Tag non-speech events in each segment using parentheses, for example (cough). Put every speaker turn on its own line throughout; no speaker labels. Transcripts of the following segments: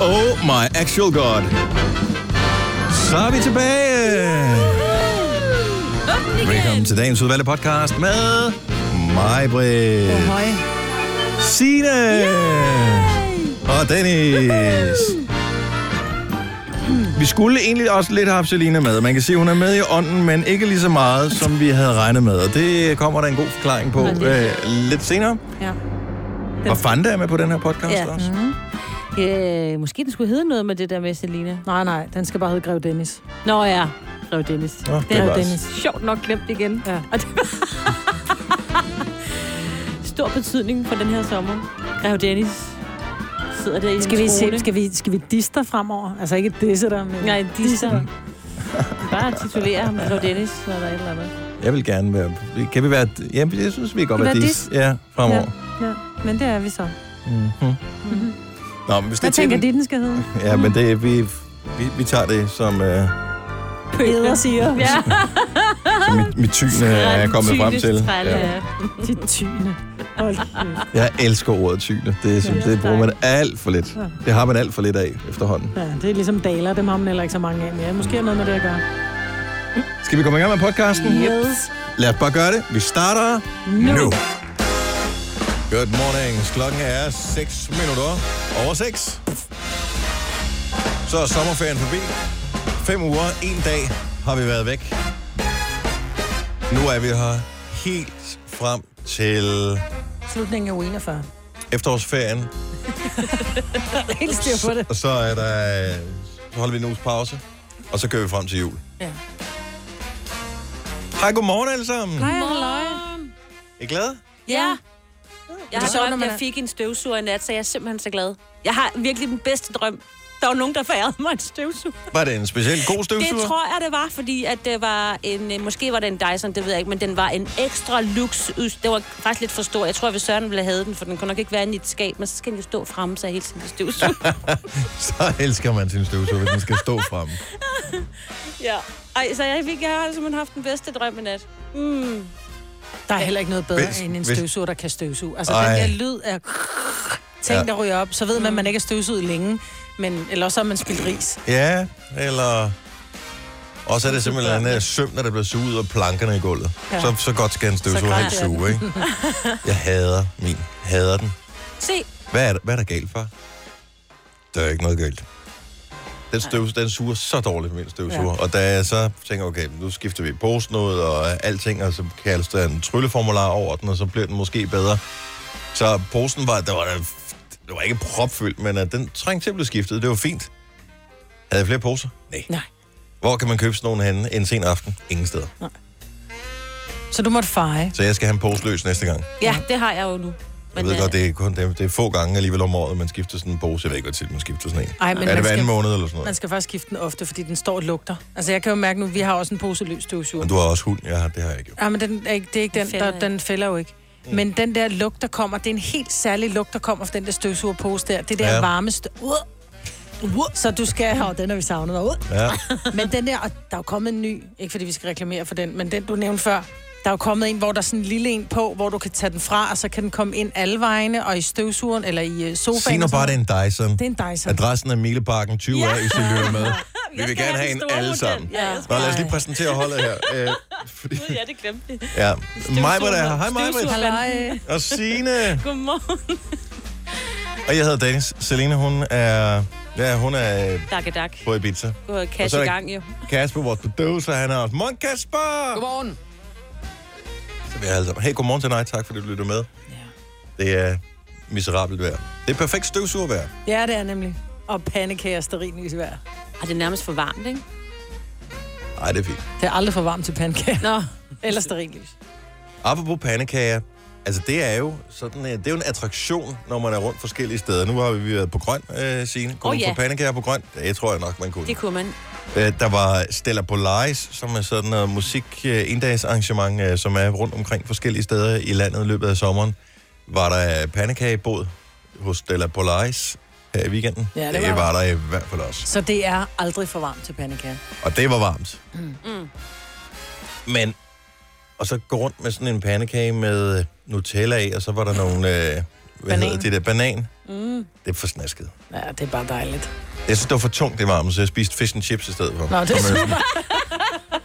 Oh my actual god. Så er vi tilbage.
Åbn igen.
Velkommen til dagens udvalgte podcast med mig, Britt.
Hej.
Signe. Og Dennis. Vi skulle egentlig også lidt have haft Selina med. Man kan sige, hun er med i ånden, men ikke lige så meget, som vi havde regnet med. Og det kommer der en god forklaring på øh, lidt senere.
Ja.
Og Fanta er med på den her podcast
Ja.
også.
Øh, måske den skulle hedde noget med det der med Selina.
Nej, nej, den skal bare hedde Grev Dennis.
Nå ja, Grev Dennis.
Nå, det
den
er
er
bare-
Dennis. Sjovt nok glemt igen.
Ja.
Og det- Stor betydning for den her sommer. Grev Dennis sidder der i en
Skal vi, se,
trone.
skal vi, skal vi disse dig fremover? Altså ikke disse dig, men...
Nej, de så... Bare titulere ham Grev Dennis eller et eller andet.
Jeg vil gerne være... Kan vi være... Jamen, jeg synes, vi kan godt
Kan
være
vi være
dis. Ja, fremover. Mhm.
Ja, men det er vi så.
Nå, men hvis
Hvad
det er
tænker
titlen-
de, den skal hedde?
Ja, men det, vi, vi, vi tager det som, øh,
(laughs) Peder siger.
(laughs)
Ja.
som mit, mit tyne er kommet frem
Tydeligt
til.
trælle,
Ja.
ja.
De tyne. Hold kæft.
(laughs) Jeg elsker ordet tyne. Det, synes, det bruger man alt for lidt. Det har man alt for lidt af efterhånden.
Ja, det er ligesom daler, dem har man heller ikke så mange af mere. Måske er noget med det at gøre.
Skal vi komme i gang med podcasten?
Yes.
Lad os bare gøre det. Vi starter
Nu.
nu. Good morning. Klokken er 6 minutter over 6. Så er sommerferien forbi. 5 uger, en dag har vi været væk. Nu er vi her helt frem til
Slutningen af uge 41.
efterårsferien.
(laughs) Helt styr på det.
Og så, er der, øh, så holder vi en uges pause, og så kører vi frem til jul.
Ja.
Hej, godmorgen alle sammen.
Hej, halløj.
Er I glade?
Ja. Jeg har
sjovt, når
drømt,
man
jeg
er-
fik en støvsuger i nat, så jeg er simpelthen så glad. Jeg har virkelig den bedste drøm. Der var nogen, der forærede mig en støvsuger.
Var det en speciel god støvsuger?
Det tror jeg, det var, fordi at det var en, øh, måske var det en Dyson, det ved jeg ikke, men den var en ekstra lux. ud- Det var faktisk lidt for stor. Jeg tror, at hvis Søren ville have den, for den kunne nok ikke være inde i et skab, men så skal den jo stå fremme, så jeg hele tiden kan støvsuge.
(laughs) Så elsker man sin støvsuger, hvis den skal stå frem.
(laughs) ja. Ej, så jeg, fik, jeg har simpelthen haft den bedste drøm i nat. Mm.
Der er heller ikke noget bedre
Hvis-
end en
hvis-
støvsuger, der kan støvsuge. Altså,
Ej.
den der lyd af ting,
Ja.
der ryger op, så ved man, at man ikke er støvsuget længe. Men, eller også har man spildt ris.
Ja, eller... Og så er det simpelthen en øh, søm, der bliver suget ud af plankerne i gulvet. Ja.
Ja.
Så, så godt skal en støvsuger
Så
helt
græder
suge, ikke?
(laughs)
Jeg hader min. Hader den.
Se,
Hvad er, der- hvad er der galt, far? Der er ikke noget galt. Den, støvs, den suger så dårligt, min støvsuger. Ja. Og da jeg så tænker, okay, nu skifter vi posen ud og alting, og så kaldes der en trylleformular over den, og så bliver den måske bedre. Så posen var, der var, der, det var ikke propfyldt, men at den trængte til at blive skiftet. Det var fint. Havde jeg flere poser? Nej.
Nej.
Hvor kan man købe sådan nogle henne en sen aften? Ingen steder.
Så du måtte feje.
Så jeg skal have en pose løs næste gang.
ja, det har jeg jo nu. øh,
Jeg
øh,
ved godt, det er, kun, det, er, det er få gange alligevel om året, man skifter sådan en pose. Jeg ved ikke, hvor tit man skifter sådan en.
Ej, men
er det
man
hver anden
skal,
måned eller sådan noget?
man skal faktisk skifte den ofte, fordi den står og lugter. Altså, jeg kan jo mærke nu, vi har også en pose løs støvsuger.
Men du har også hund. Ja, det har Mm. jeg ikke gjort.
Ja, men den er ikke, det er ikke den,
Den fælder
der, den fælder jo ikke. Men den der lugt, der kommer, det er en helt særlig lugt, der kommer fra den der støvsugerpose der. Det der
Ja.
ja. varme støv. Uh. Uh. Så du skal... Åh, den har vi savnet. Uh.
Ja.
(laughs) Men den der, og der er jo kommet en ny, ikke fordi vi skal reklamere for den, men den du nævnte før, der er jo kommet en, hvor der er sådan en lille en på, hvor du kan tage den fra, og så kan den komme ind alle vegne, og i støvsugeren, eller i øh, sofaen.
Sig nu
og sådan
bare, det
noget.
er en Dyson.
Det er en Dyson.
Adressen er Mileparken 20 år,
Ja.
hvis I lytter
(laughs)
med. Vi vil gerne have en alle sammen.
Ja,
Nå, lad os lige præsentere holdet
(laughs)
her. Øh, fordi,
ja, det glemte jeg.
ja. Majbert er her. Hej, Majbert.
Støvsuger.
Halløj.
Og Signe.
Godmorgen.
Og jeg hedder Dennis. Selina, hun er... Ja, hun er
Dak, dak.
på Ibiza.
Gå og
Og så er
kasse i
der-
gang, jo.
Kasper, vores producer, han er også. Morgen, Kasper!
Godmorgen.
Så vi er alle sammen. Hey, godmorgen til dig. Tak, fordi du lytter med. Det er miserabelt vejr. Det er perfekt støvsugervejr.
Ja, det er nemlig. Og pandekager og sterinlys i vejr.
Og det er nærmest for varmt, ikke?
Nej, det er fint.
Det er aldrig for varmt til pandekager.
Nå.
(laughs) Eller sterinlys.
Apropos pandekager, altså det er jo sådan, øh, det er jo en attraktion, når man er rundt forskellige steder. Nu har vi været på Grøn, øh, Signe. Kunne
Åh,
oh, ja.
ja.
få pandekager på Grøn? Det tror jeg nok, man kunne.
Det kunne man.
Øh, der var Stella Polaris, som er sådan noget musik øh, inddagsarrangement, øh, som er rundt omkring forskellige steder i landet i løbet af sommeren. Var der øh, pandekagebåd hos Stella Polaris her i weekenden?
Ja, det
det
var
var der i hvert fald også.
Så det er aldrig for varmt til pandekager.
Og det var varmt. Mm. Men, og så gå rundt med sådan en pandekage med øh, Nutella i, og så var der nogle øh, hvad hedder
Banan.
det der banan,
Mm.
det er for snasket.
Ja, det er bare dejligt.
Jeg synes, det var for tungt, det varme, så jeg spiste fish and chips i stedet for.
Nå, det er
Som er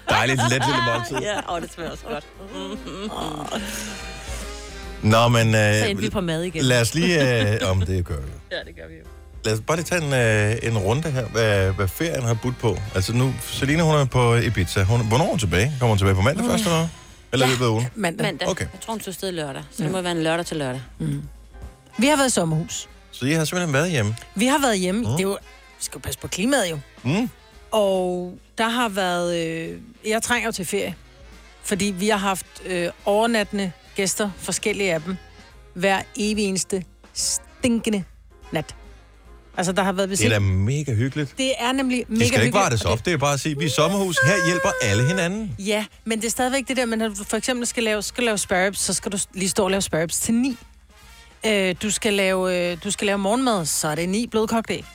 Dejligt let lille måltid.
Ja, og det smager også godt. Mm.
Nå, men
Så endte vi
øh,
på mad igen.
lad os lige... Øh, om det gør vi.
(laughs) Ja, det gør vi jo.
Lad os bare lige tage en, øh, en runde her, hvad, hvad ferien har budt på. Altså nu, Selina, hun er på Ibiza. Hun, hvornår er hun tilbage? Kommer hun tilbage på
Mm.
mandag først, eller hvad? Eller i løbet af ugen?
Mandag.
Mandag.
Okay.
Okay. Jeg tror, hun tog afsted lørdag, så det må være en lørdag til lørdag.
Vi har været i sommerhus.
Så jeg har simpelthen været hjemme.
Vi har været hjemme. Mm. Det er jo, vi skal jo passe på klimaet jo.
Mm.
Og der har været... Øh, jeg trænger jo til ferie. Fordi vi har haft øh, overnattende gæster, forskellige af dem, hver evig eneste stinkende nat. Altså, der har været
Det er
besigt.
da mega hyggeligt.
Det er nemlig mega
De skal da ikke
hyggeligt,
vare det
og
op. Det er bare at sige, vi er sommerhus. Her hjælper alle hinanden.
Ja, men det er stadigvæk det der, men når du for eksempel skal lave, skal lave sparrows, så skal du lige stå og lave sparrows til 9. Øh, du, skal lave, øh, du skal lave morgenmad, så er det 9 blødkogt æg.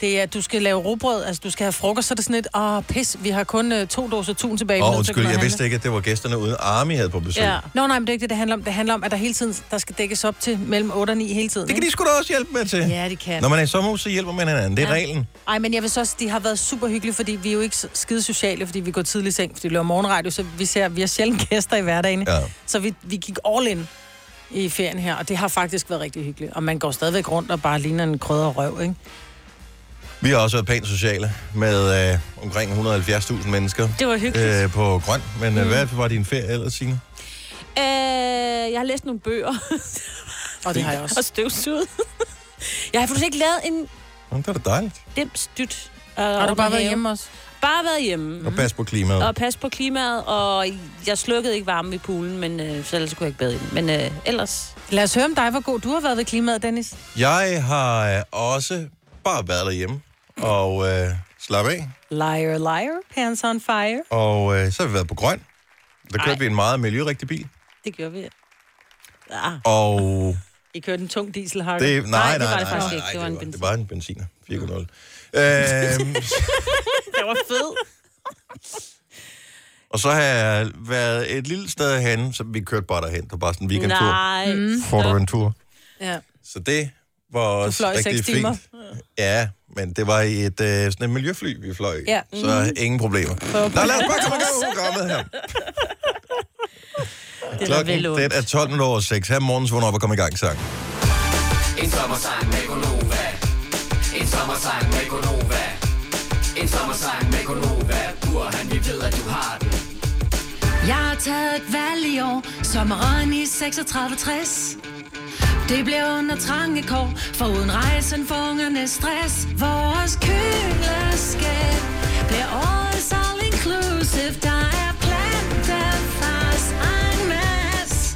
Det er, at du skal lave robrød, altså du skal have frokost, så er det sådan lidt, åh, pis, vi har kun øh, to dåser tun tilbage.
Åh, undskyld, jeg vidste ikke, at det var gæsterne uden arme, jeg havde på besøg.
Ja.
Nå, nej, men det er ikke det, det handler om. Det handler om, at der hele tiden, der skal dækkes op til mellem 8 og 9 hele tiden.
Det kan de sgu da også hjælpe med til.
ikke? Ja, det kan.
Når man er i sommerhus, så hjælper man hinanden. Det er
Ja.
reglen.
Ej, men jeg vil så også, de har været super hyggelige, fordi vi er jo ikke s- skide sociale, fordi vi går tidligt i seng, fordi vi laver morgenradio, så vi ser, vi har sjældent (laughs) gæster i hverdagen.
Ja.
Så vi, vi gik all in i ferien her, og det har faktisk været rigtig hyggeligt. Og man går stadigvæk rundt og bare ligner en krødder røv, ikke?
Vi har også været pænt sociale med øh, omkring 170.000 mennesker
Det var hyggeligt. Mm.
øh, på Grøn. Men øh, hvad var din ferie ellers, Signe?
Øh, jeg har læst nogle bøger
(laughs) Og det har jeg også.
og støvsuget. (laughs) jeg har faktisk ikke lavet en øh,
Nå, Det var da dejligt.
dem styt.
Har du bare været hjemme også?
Bare været hjemme.
Og pas på klimaet.
Og passe på klimaet, og jeg slukkede ikke varmen i poolen, men øh, så ellers kunne jeg ikke bade i den. Men øh, ellers...
Lad os høre om dig, hvor god du har været ved klimaet, Dennis.
Jeg har øh, også bare været derhjemme og øh, slappet af.
Liar, liar, pants on fire.
Og øh, så har vi været på Grøn. Der kørte
Ej.
vi en meget miljørigtig bil.
Det gjorde vi.
Ah,
Og
I kørte en tung dieselhakke.
det... Nej, nej, nej.
det var det
nej,
faktisk
nej,
ikke. Det var en
det var en benziner. 4,0.
(laughs)
Øhm,
(laughs)
det var fedt.
og så har jeg været et lille sted hen, så vi kørte bare derhen. Det var bare sådan en weekendtur.
Nej. Mm.
Fort Aventura.
Ja.
Så det var også
fløj seks
rigtig
timer.
fint. Ja, men det var i et, øh, sådan et miljøfly, vi fløj i.
Ja. Mhm.
Så ingen problemer. Nå, lad os bare komme i gang med programmet her.
Det var
Klokken
vel
den er 12 minutter over 6. Her er morgens vågn op og kom i gang sang.
En sommersang med Gonova. En sommersang med Gonova. En sommersang med Gonova. Burhan, vi ved, at du har den.
Jeg har taget et valg i år, sommeren i 3660. Det blev under trange kår, for uden rejsen for ungerne stress. Vores køleskab bliver årets all-inclusive, der er plantefars en masse.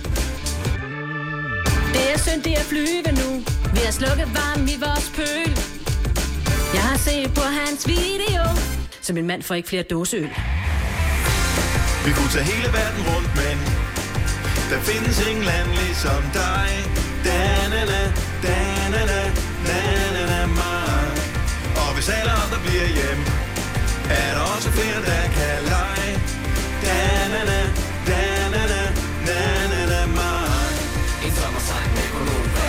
Det er synd, det er flyve nu. Vi har slukket varmen i vores pøl. Jeg har set på hans video, så min mand får ikke flere dåseøl.
Vi kunne tage hele verden rundt, men der findes ingen land ligesom dig. Da-na-na, da-na-na, na-na-na, mig. Og hvis alle andre bliver hjem, er der også flere, der kan lege. Da-na-na, da-na-na, na-na-na, mig.
En sommersang med Gonova.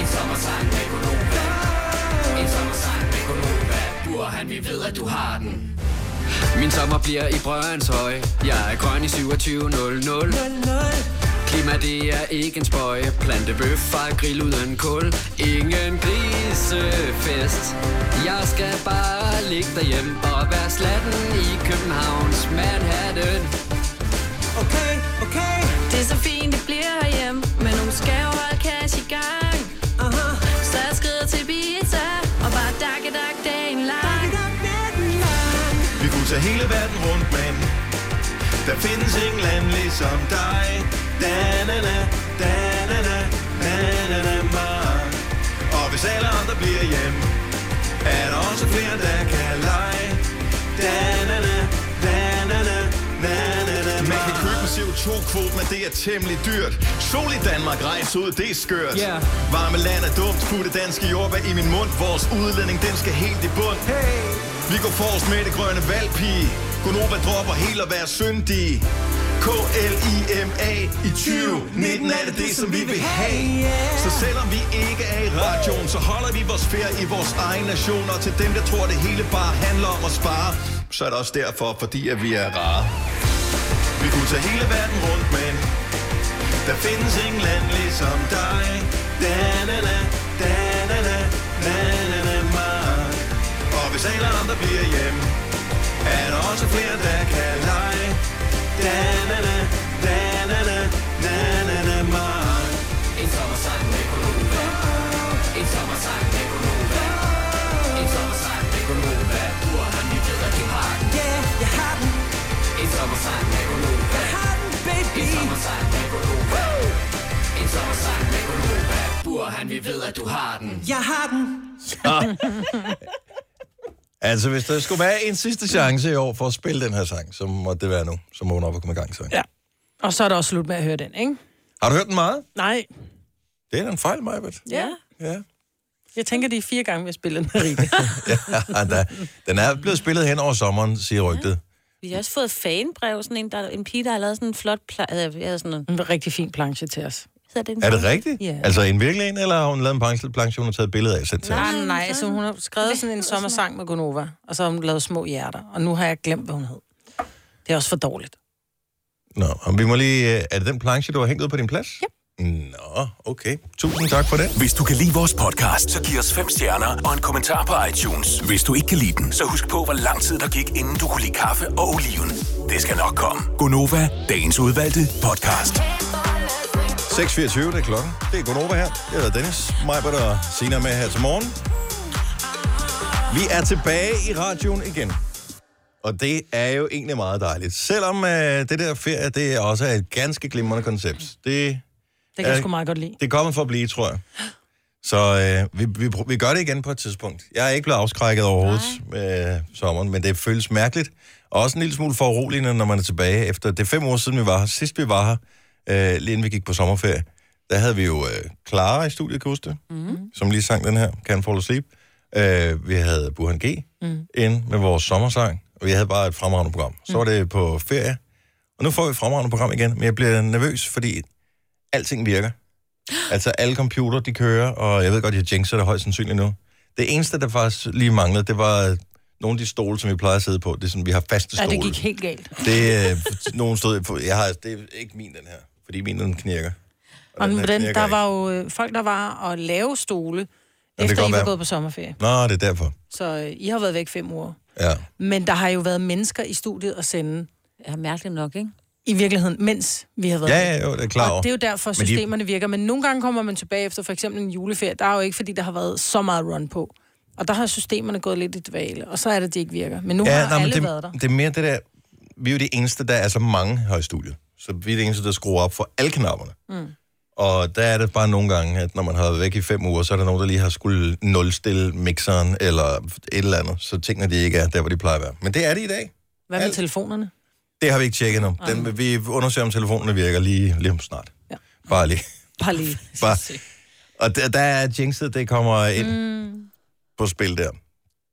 En sommersang med Gonova. En sommersang med Gonova. Burhan, vi ved, at du har den. Min sommer bliver i Brøndshøj. Jeg er grøn i 27.00. Klima det er ikke en spøj Plantebøf og grill uden kul Ingen grisefest Jeg skal bare ligge derhjemme Og være slatten i Københavns Manhattan
Okay, okay,
Det er så fint, det bliver herhjemme, men hun skal jo holde cash i gang. Så jeg skrider til pizza, og bare dakke dak dagen lang.
Vi kunne tage hele verden rundt, men der findes ingen land ligesom dig. Da-na-na, da-na-na, na-na-na, mig. Og hvis alle andre bliver hjem, er der også flere, der kan lege. Da-na-na, da-na-na, na-na-na, Man kan købe en CO2-kvote, men det er temmelig dyrt. Sol i Danmark, rejse ud, det er skørt.
Ja.
Varme land er dumt, putte danske jordbær i min mund. Vores udledning, den skal helt i bund. Hey. Vi går forrest med det grønne valgpige. Gonova dropper helt at være syndige. K-L-I-M-A i 2019 er det det, som vi vil have. Så selvom vi ikke er i radioen, så holder vi vores ferie i vores egen nation. Og til dem, der tror, det hele bare handler om at spare, så er det også derfor, fordi at vi er rare. Vi kunne tage hele verden rundt, men der findes ingen land ligesom dig. Da-na-na, da-na-na, na-na-na, mig. Og hvis alle andre bliver hjemme, er der også flere, der kan lege. Da-na-na, da-na-na, na-na-na, mig.
En sommersang med Gonova. En sommersang med Gonova. En sommersang med Gonova. Bur han, vi ved, at du har den.
Ja, jeg har den,
En sommersang med Gonova.
har den,
En
baby.
sommersang med Gonova. En sommersang med Gonova. Bur han, vi ved, at du har den.
Jeg har den.
Ah. (laughs) Altså, hvis der skulle være en sidste chance i år for at spille den her sang, så må det være nu. Så må hun op og komme i gang. Så.
Ja. Og så er det også slut med at høre den, ikke?
Har du hørt den meget?
Nej.
Det er da en fejl, Majbert.
Ja.
Ja.
Jeg tænker, de er fire gange, vi har spillet den rigtigt.
(laughs) ja da. Den er blevet spillet hen over sommeren, siger rygtet.
Vi har også fået fanbrev, sådan en, der, en pige, der har lavet sådan en flot... Pla- øh, jeg havde sådan en,
En rigtig fin planche til os.
hedder det en
Er det rigtigt?
Ja.
Altså en virkelig en, eller har hun lavet en planche, planche hun har taget billeder af? Sæt til?
Nej, nej, så hun har skrevet sådan en sommersang med Gunova, og så har hun lavet små hjerter, og nu har jeg glemt, hvad hun hed. Det er også for dårligt.
Nå, og vi må lige... øh, Er det den planche, du har hængt ud på din plads? Ja. Nå, okay. Tusind tak for det.
Hvis du kan lide vores podcast, så giv os fem stjerner og en kommentar på iTunes. Hvis du ikke kan lide den, så husk på, hvor lang tid der gik, inden du kunne lide kaffe og oliven. Det skal nok komme. Gonova, dagens udvalgte podcast.
6.24, det er klokken. Det er Gunova her. Jeg hedder Dennis. Mig var der senere med her til morgen. Vi er tilbage i radioen igen. Og det er jo egentlig meget dejligt. Selvom øh, det der ferie, det er også er et ganske glimrende koncept. Det,
Det kan jeg
Ja.
sgu meget godt lide.
det kommer for at blive, tror jeg. Så øh, vi, vi, pr- vi gør det igen på et tidspunkt. Jeg er ikke blevet afskrækket overhovedet med sommeren, men det føles mærkeligt. Og også en lille smule foruroligende, når man er tilbage. Efter det er fem år siden, vi var her. Sidst vi var her, øh, lige inden vi gik på sommerferie, der havde vi jo øh, Clara i studiet, kan du huske det?
Mhm.
Mm. Som lige sang den her, Can Fall Asleep. Øh, vi havde Burhan G. Mm. ind med vores sommersang. Og vi havde bare et fremragende program. Så
Mm.
var det på ferie. Og nu får vi et fremragende program igen. Men jeg bliver nervøs, fordi
(gasps)
alting virker. Altså, alle computer, de kører, og jeg ved godt, jeg jinxer det højst sandsynligt nu. Det eneste, der faktisk lige manglede, det var nogle af de stole, som vi plejer at sidde på. Det er sådan, vi har faste
Ja,
stole.
det gik helt galt.
Det, øh, (laughs) nogen stod, på- jeg har, det er ikke min, den her. Fordi min, den knirker.
Og den,
her
den,
knirker
der
ikke.
var jo øh, folk, der var og lave stole,
kan
efter I
godt
var
være.
gået på sommerferie.
Nå, det er derfor.
Så øh, I har været væk fem uger.
Ja.
Men der har jo været mennesker i studiet at sende,
Ja, mærkeligt nok, ikke?
i virkeligheden, mens vi har været
Ja, ja, jo, det er klar over.
Og det er jo derfor,
de-
systemerne virker. Men nogle gange kommer man tilbage efter for eksempel en juleferie. Der er jo ikke, fordi der har været så meget run på. Og der har systemerne gået lidt i dvale, og så er det, de ikke virker. Men nu ja,
Ja,
har
nej, men
alle det... været der.
det, det er mere det der, vi er jo det eneste, der er så mange her i studiet. Så vi er det eneste, der skruer op for alle knapperne. Mm. Og der er det bare nogle gange, at når man har været væk i fem uger, så er der nogen, der lige har skulle nulstille mixeren eller et eller andet, så tingene de ikke er der, hvor de plejer at være. Men det er det i dag.
Hvad med
alt-
telefonerne?
Det har vi ikke tjekket nu. Den, vil vi undersøger, om telefonerne virker lige, lige om snart.
Ja.
Bare lige.
Bare lige.
Bare. Og der, der er jinxet, det kommer ind mm. på spil der.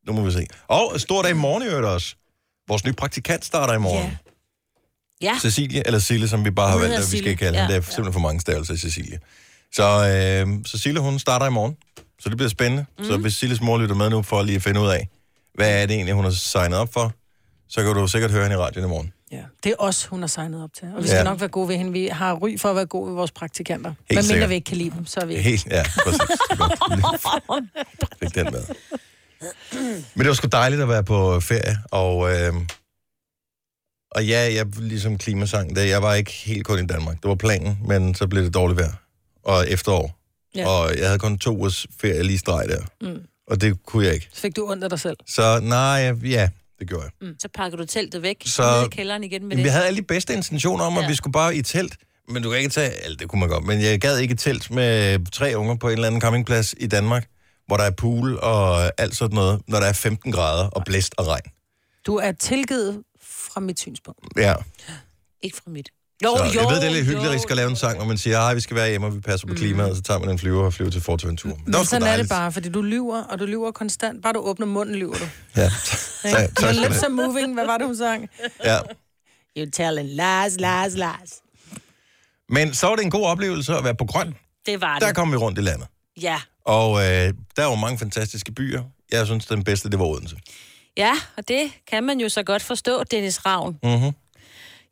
Nu må vi se. Og stor dag i morgen i øvrigt også. Vores nye praktikant starter i morgen.
Ja.
Ja,
Cecilie, eller Sille, som vi bare har
Ah. Hun
valgt,
hedder
at vi skal
Sille,
kalde ja. hende.
ja.
Der er simpelthen for mange stavelser i Cecilie. Så øh, Cecilie, hun starter i morgen. Så det bliver spændende. Mm. Så hvis Silles mor lytter med nu, for lige at finde ud af, hvad er det egentlig, hun har signet op for, så kan du sikkert høre hende i radioen i morgen.
Ja. Det er os, hun har signet op til. Og vi skal
Ja.
ja. nok være gode ved hende. Vi har ry for at være gode ved vores praktikanter. Helt Men
sikkert.
mindre vi ikke kan lide dem, så er vi ikke.
Helt, ja,
(laughs)
præcis. Det var- Fik den med. Men det var sgu dejligt at være på ferie, og, øh, og ja, jeg, ligesom klimasang, der, jeg var ikke helt kun i Danmark. Det var planen, men så blev det dårligt vejr og efterår. Ja.
Ja.
Og jeg havde kun to ugers ferie lige i streg der, mm. og det kunne jeg ikke.
Så fik du ondt af dig selv.
Så nej, jeg- ja, det gjorde jeg.
Mm. så pakker du teltet væk,
Så-
så... ned i kælderen igen med
Men vi
det.
havde alle de bedste intentioner om, at ja. vi skulle bare i telt. Men du kan ikke tage... Eller det kunne man godt. Men jeg gad ikke i telt med tre unger på en eller anden campingplads i Danmark, hvor der er pool og alt sådan noget, når der er 15 grader og blæst og regn.
Du er tilgivet fra mit synspunkt.
Ja.
Ikke fra mit.
Så
Jo, Mm.
jeg ved, det er lidt hyggeligt, at I skal lave en sang, hvor man siger, at vi skal være hjemme, og vi passer på klimaet, og så tager man en flyver og flyver til Fortventur. Men
Men sådan er det bare, fordi du lyver, og du lyver konstant. Bare du
(laughs)
åbner munden, lyver du.
Ja. tak, tak,
Når
skal du
lips
have.
are moving, hvad var det, hun sang?
ja.
You telling lies, lies, lies.
Men så var det en god oplevelse at være på grøn.
Det var det.
Der kom vi rundt i landet.
Ja.
Og øh, der var mange fantastiske byer. Jeg synes, den bedste, det var Odense.
ja, og det kan man jo så godt forstå, Dennis Ravn.
Mm-hmm.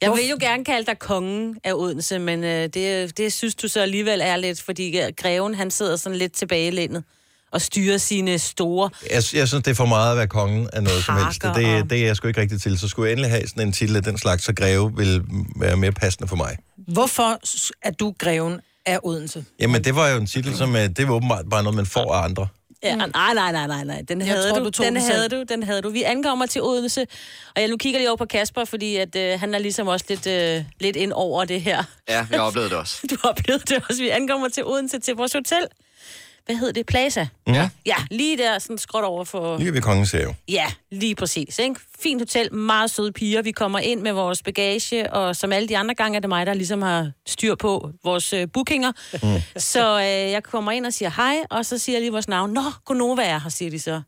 Jeg vil jo gerne kalde dig kongen af Odense, men øh, det, det synes du så alligevel er lidt, fordi øh, greven, han sidder sådan lidt tilbage i landet og styrer sine store...
Jeg, jeg synes, det er for meget at være kongen af noget som helst.
Parker
Det,
og-
det er jeg sgu ikke rigtig til. Så skulle jeg endelig have sådan en titel af den slags, så greve ville være mere passende for mig.
Hvorfor s- er du greven af Odense?
Jamen, det var jo en titel, som øh, det var åbenbart bare noget, man får af andre.
Ja, nej, nej, nej, nej, nej. Den
Mm. Jeg
havde
tror,
du,
du tog
den
den
havde
selv.
du, den havde du. Vi ankommer til Odense, og jeg nu kigger lige over på Kasper, fordi at, øh, han er ligesom også lidt, øh, lidt ind over det her. (laughs)
Ja, jeg oplevede det også.
Du oplevede det også. Vi ankommer til Odense til vores hotel. Hvad hed det? Plaza?
Ja.
Ja, lige der, sådan skråt over for...
Lige ved kongens have.
Ja, lige præcis. Ikke? Fint hotel, meget søde piger. Vi kommer ind med vores bagage, og som alle de andre gange er det mig, der ligesom har styr på vores øh, bookinger. Mm. Så øh, jeg kommer ind og siger hej, og så siger jeg lige vores navn. Nå, Gunova er her, siger de så.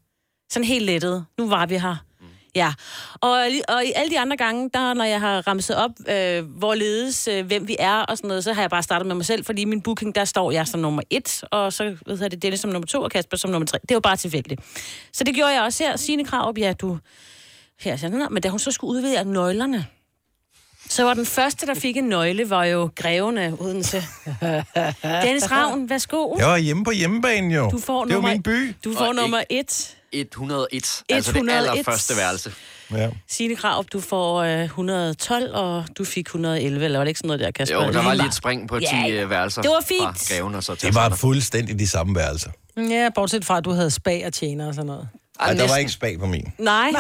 Sådan helt lettet. Nu var vi her. Ja, og, li- og i alle de andre gange, der når jeg har ramset op, øh, hvorledes, øh, hvem vi er og sådan noget, så har jeg bare startet med mig selv, fordi i min booking, der står jeg som nummer et, og så ved jeg det Dennis som nummer to, og Kasper som nummer tre. Det var bare tilfældigt. Så det gjorde jeg også her. Signe Krav, ja, du... Her, sådan, men da hun så skulle udvide nøglerne, så var den første, der fik en nøgle, var jo greven af Odense. Dennis Ravn, værsgo.
Jeg var hjemme på hjemmebanen jo.
Du får
det var
nummer-
min by.
Du får
Og
nummer et.
101. Altså det
101.
allerførste værelse.
Ja.
Signe Krav, du får øh, 112, og du fik 111, eller var det ikke sådan noget der, Kasper?
Jo, der var
Lige
lige et spring på 10
Ja, ja.
yeah. værelser.
Det var fint.
Fra greven og så til
Det var
Alexander.
fuldstændig de samme værelser.
Ja, bortset fra, at du havde spag og tjener og sådan noget.
Ej, der var
næsten.
ikke spag på min.
(laughs)
Nej.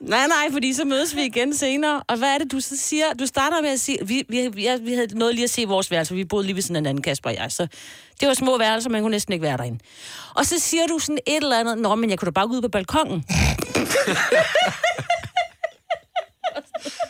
nej, nej, fordi så mødes vi igen senere. Og hvad er det, du så siger? Du starter med at sige... Vi, vi, vi, vi havde nået lige at se vores værelse. Vi boede lige ved sådan en anden, Kasper og jeg. Så det var små værelser, man kunne næsten ikke være derinde. Og så siger du sådan et eller andet... Nå, men jeg kunne da bare gå ud på balkongen.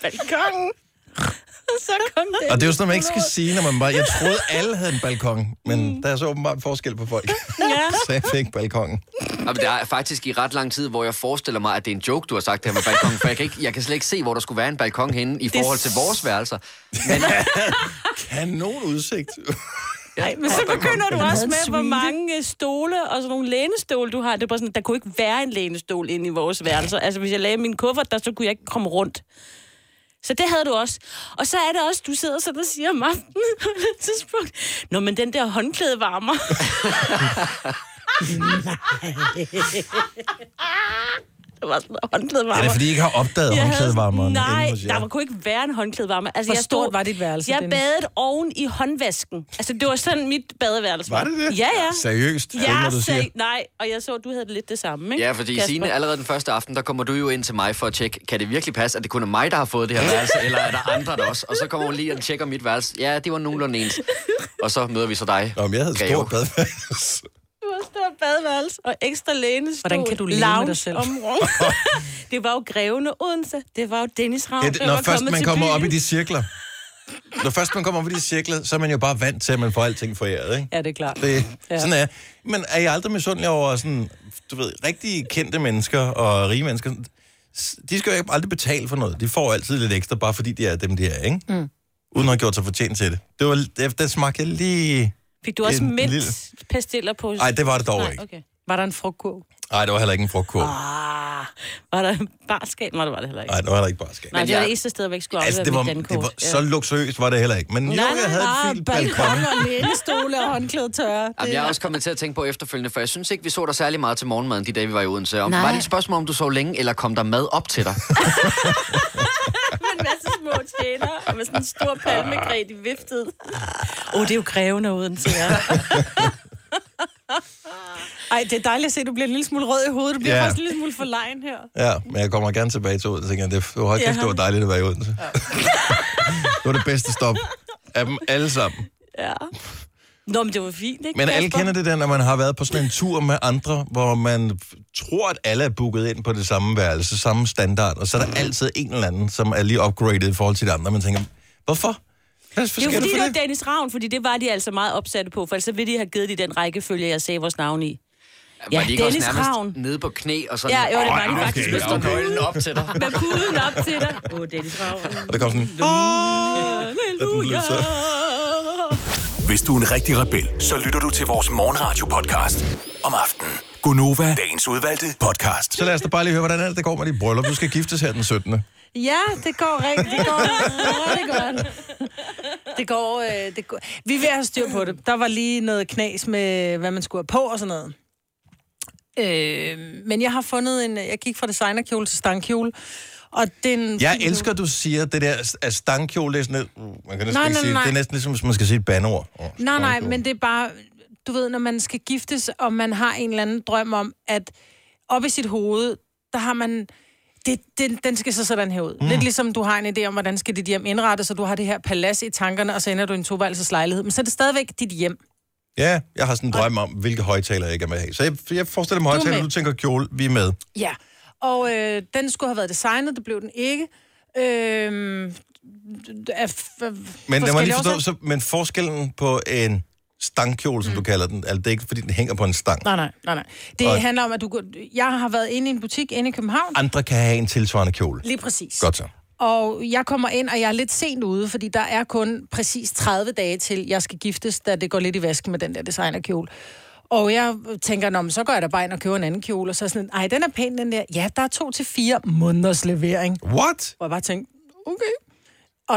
balkongen? (laughs) så kom det.
Og det er jo sådan, noget, man ikke skal sige, når man bare...
(laughs)
Jeg troede, alle havde en balkon, men mm. der er så åbenbart forskel på folk.
Ja.
(laughs) Så jeg fik balkongen.
Jamen, der er faktisk i ret lang tid, hvor jeg forestiller mig, at det er en joke, du har sagt her med balkongen, for jeg kan, ikke, jeg kan slet ikke se, hvor der skulle være en balkon henne i forhold til vores værelser.
Kanon udsigt.
Nej, men så begynder du
Den
også
havde
med,
en
hvor
suite.
mange øh, stole og sådan nogle lænestole, du har. Det er bare sådan, der kunne ikke være en lænestol inde i vores værelse. Altså, hvis jeg lagde min kuffert der, så kunne jeg ikke komme rundt. Så det havde du også. Og så er det også, du sidder sådan og siger om aftenen på et tidspunkt, Nå, men den der håndklæde varmer. det var sådan, håndklæde varmer.
Er det, fordi I ikke har opdaget
Jeg havde sådan-
håndklædevarmeren?
Nej,
inde hos jer?
der var, kunne ikke være en håndklædevarme. Altså,
Hvor
jeg
stort
stod-
var dit værelse,
Jeg
Dennis?
badede oven i håndvasken. Altså, det var sådan mit badeværelse.
Var det det?
Ja, ja.
Seriøst? Det er ikke
Ja,
noget, du siger.
sag, nej, og jeg så, at du havde det lidt det samme, ikke?
Ja, fordi
Kasper?
Signe, allerede den første aften, der kommer du jo ind til mig for at tjekke, kan det virkelig passe, at det kun er mig, der har fået det her værelse, eller er der andre der også? Og så kommer hun lige og tjekker mit værelse. Ja, det var nogenlunde ens. Og så møder vi så dig.
Nå, men jeg havde et
Greve.
stort badeværelse.
Det var et stort badeværelse og ekstra lænestol.
Hvordan kan du leve med dig
lounge
selv?
om
(laughs)
rum. det var jo grevende Odense. Det var jo Dennis Ravn,
Det,
der
når
var
først
kommet
man
til
kommer
byen.
op i de cirkler. Når først man kommer op i de cirkler, så er man jo bare vant til, at man får alting foræret, ikke?
Ja, det er klart.
Det,
Ja.
Sådan er Men er jeg aldrig misundelig over sådan, du ved, rigtig kendte mennesker og rige mennesker? Sådan, s- De skal jo ikke- aldrig betale for noget. De får altid lidt ekstra, bare fordi de er dem, de er, ikke? Mm. Uden at have gjort sig fortjent til det. Det var, det, det smagte jeg lige...
Fik du også
en
mint
lille-
pastiller på?
Nej, det var det dog
Nej,
ikke.
okay.
Var der en frugtkurv?
Nej, det var heller ikke en frugtkurv. Nej,
Ah, var der barskab? Nej, det var det heller ikke.
det var heller ikke barskab.
Nej, det var
jeg-
det eneste sted, hvor jeg ikke skulle
Altså, det var,
mit
det
dankort.
var så luksuriøst var det heller ikke. Men jo,
Nej,
jeg
nej,
havde
Ah,
en fin balkon.
balkon og lænestole og håndklæde tørre.
Jamen, jeg er også kommet til at tænke på efterfølgende, for jeg synes ikke, vi så dig særlig meget til morgenmaden de dage, vi var i Odense. Om,
Nej.
var det et spørgsmål, om du sov længe, eller kom der mad op til dig?
med en masse små tjener, og med sådan en stor palmegræd i viftet. Åh, oh, det er jo greven af Odense, ja.
Ej, det er dejligt at se, at du bliver en lille smule rød i hovedet. Du bliver
Ja.
yeah. faktisk en lille smule for lejen her.
Ja, men jeg kommer gerne tilbage til Odense igen. Det var højt kæft, det var dejligt at være i Odense. Ja. (laughs) det var det bedste stop af dem alle sammen.
ja. Nå, men det var fint, ikke?
Men alle
Kasper?
kender det der, når man har været på sådan en tur med andre, hvor man f- tror, at alle er booket ind på det samme værelse, samme standard, og så er der altid en eller anden, som er lige upgraded i forhold til de andre. Man tænker, hvorfor? Hvad
Det er
sker
jo
der
fordi,
for
det var
det?
Dennis Ravn, fordi det var de altså meget opsatte på, for ellers så ville de have givet det i den rækkefølge, jeg sagde vores navn i. Ja,
var de ikke også
Dennis
nærmest
Ravn.
nede på knæ og sådan?
Ja, jo, det var
Åh,
de
nu
faktisk.
løfter
Okay, okay.
nøglen op til dig.
(laughs) Med puden op til dig. Åh, oh, Dennis Ravn.
Og der kom sådan...
Halleluja.
lød så.
Hvis du er en rigtig rebel, så lytter du til vores morgenradio-podcast om aftenen. Gunova, dagens udvalgte podcast.
Så lad os da bare lige høre, hvordan er det, det går med dit bryllup. Du skal giftes her den 17.
Ja, det går rigtig (laughs) det går rigtig godt. Det går, øh, det går... Vi er ved at have styr på det. Der var lige noget knas med, hvad man skulle have på og sådan noget. Øh, men jeg har fundet en... Jeg gik fra designerkjole til stangkjole. Og den...
Jeg elsker, at du siger det der at stangkjole. Det er sådan lidt, uh, man kan næsten
Nej,
ikke
nej,
sige,
nej.
det er næsten ligesom, hvis man skal sige et bandeord. Oh,
Nej, nej, men det er bare, du ved, når man skal giftes, og man har en eller anden drøm om, at op i sit hoved, der har man, det, den, den skal så sådan her ud. Mm. Lidt ligesom du har en idé om, hvordan skal dit hjem indrettes, og du har det her palads i tankerne, og så ender du i en toværelseslejlighed. Men så er det stadigvæk dit hjem.
Ja, jeg har sådan en drøm om, hvilke højtaler jeg ikke er med at have. Så jeg, jeg forestiller mig
Du er
højtaler,
med.
du tænker kjole, vi er med.
Ja, og øh, den skulle have været designet, det blev den ikke. Øh, af, af
Men lad mig lige
forskellige
forstå,
årsager.
så, men forskellen på en stangkjole,
Mm.
som du kalder den, altså det er ikke, fordi den hænger på en stang.
Nej, nej, nej, nej. Det
Og-
handler om, at du... går- Jeg har været inde i en butik inde i København.
Andre kan have en tilsvarende kjole.
Lige præcis.
Godt så.
Og jeg kommer ind, og jeg er lidt sent ude, fordi der er kun præcis 30 dage til, jeg skal giftes, da det går lidt i vasken med den der designerkjole. Og jeg tænker, Nå, men så går jeg da bare ind og køber en anden kjole, og så er jeg sådan, ej, den er pæn, den der. Ja, der er to til fire måneders levering.
What?
Og jeg bare tænkte, okay.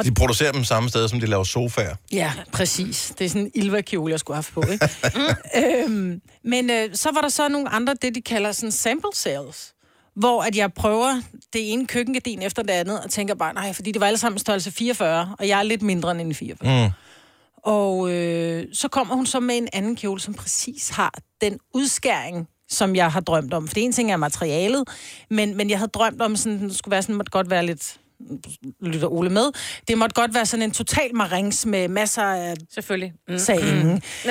De producerer dem samme sted, som de laver
(laughs)
sofaer.
Ja, præcis. Det er sådan en Ilva-kjole, jeg skulle have haft på, ikke? øhm, men øh, så var der så nogle andre, det de kalder sådan sample sales, hvor at jeg prøver det ene køkkengardin efter det andet, og tænker bare, nej, fordi det var alle sammen størrelse 44, og jeg er lidt mindre end en 44. Mm. Og øh, så kommer hun så med en anden kjole, som præcis har den udskæring, som jeg har drømt om. For det ene ting er materialet, men, men jeg havde drømt om, sådan, den skulle være sådan, måtte godt være lidt lytter Ole med. Det måtte godt være sådan en total marings med masser af
Selvfølgelig. Mm.
sagen. Mm.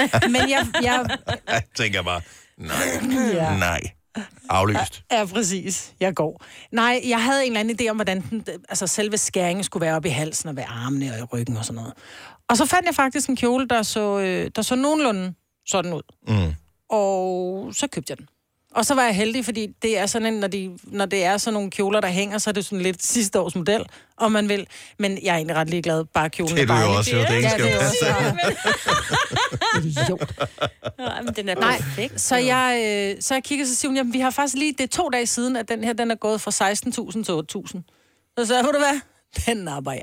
(laughs) Men jeg, jeg,
Ja, tænker jeg bare, nej,
Ja.
nej. Aflyst.
ja, præcis, jeg går. Nej, jeg havde en eller anden idé om, hvordan den, altså selve skæringen skulle være oppe i halsen og ved armene og i ryggen og sådan noget. Og så fandt jeg faktisk en kjole, der så, øh, der så nogenlunde sådan ud.
Mm.
Og så købte jeg den. Og så var jeg heldig, fordi det er sådan en, når, de, når det er sådan nogle kjoler, der hænger, så er det sådan lidt sidste års model, om man vil. Men jeg er egentlig ret ligeglad, bare kjolen
Det er du jo
dejlig.
også, jo. Det er ingen
Ja,
skal
det er
passe.
også bare- Idiot.
Nej, men den er perfekt.
Så jeg, øh, så jeg kigger, så siger hun, jamen vi har faktisk lige, det er to dage siden, at den her, den er gået fra 16.000 til 8.000. Så sagde jeg, ved du hvad, den napper jeg.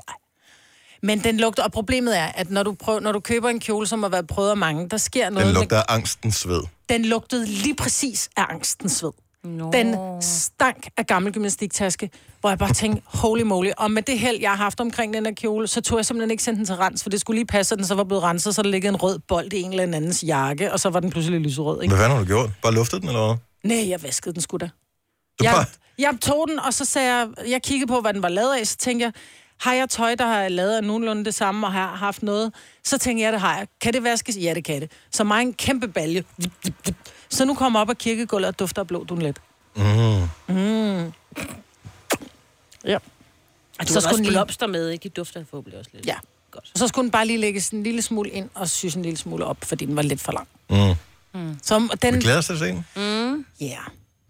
Men den lugter, og problemet er, at når du, prøver, når du køber en kjole, som har været prøvet af mange, der sker noget.
Den
med-
lugter af angstens sved.
den lugtede lige præcis af angstens sved.
Nå.
Den stank af gammel gymnastiktaske, hvor jeg bare tænkte, holy moly. Og med det held, jeg har haft omkring den her kjole, så tog jeg simpelthen ikke sendt den til rens, for det skulle lige passe, at den så var blevet renset, så der ligger en rød bold i en eller andens jakke, og så var den pludselig lyserød. Ikke?
Hvad fanden har du gjort? Bare luftet den, eller hvad?
Nej, jeg vaskede den sgu da.
Du
Jeg,
bare...
jeg tog den, og så sagde jeg, jeg kiggede på, hvad den var lavet af, så tænkte jeg, har jeg tøj, der har lavet af nogenlunde det samme, og har haft noget? Så tænkte jeg, det har jeg. Kan det vaskes? Ja, det kan det. Så mig en kæmpe balje. Så nu kommer jeg op af kirkegulvet og dufter af blå dunlet. Mm. Mm. Ja.
Og
Så
du
skulle
så skulle
den
også
lige-
blomster med, ikke? De dufter forhåbentlig også lidt.
Ja.
Godt.
Og så skulle den bare lige lægges en lille smule ind og syes en lille smule op, fordi den var lidt for lang.
Mm.
Så den,
Vi glæder os til at se den.
Mm.
Ja, yeah.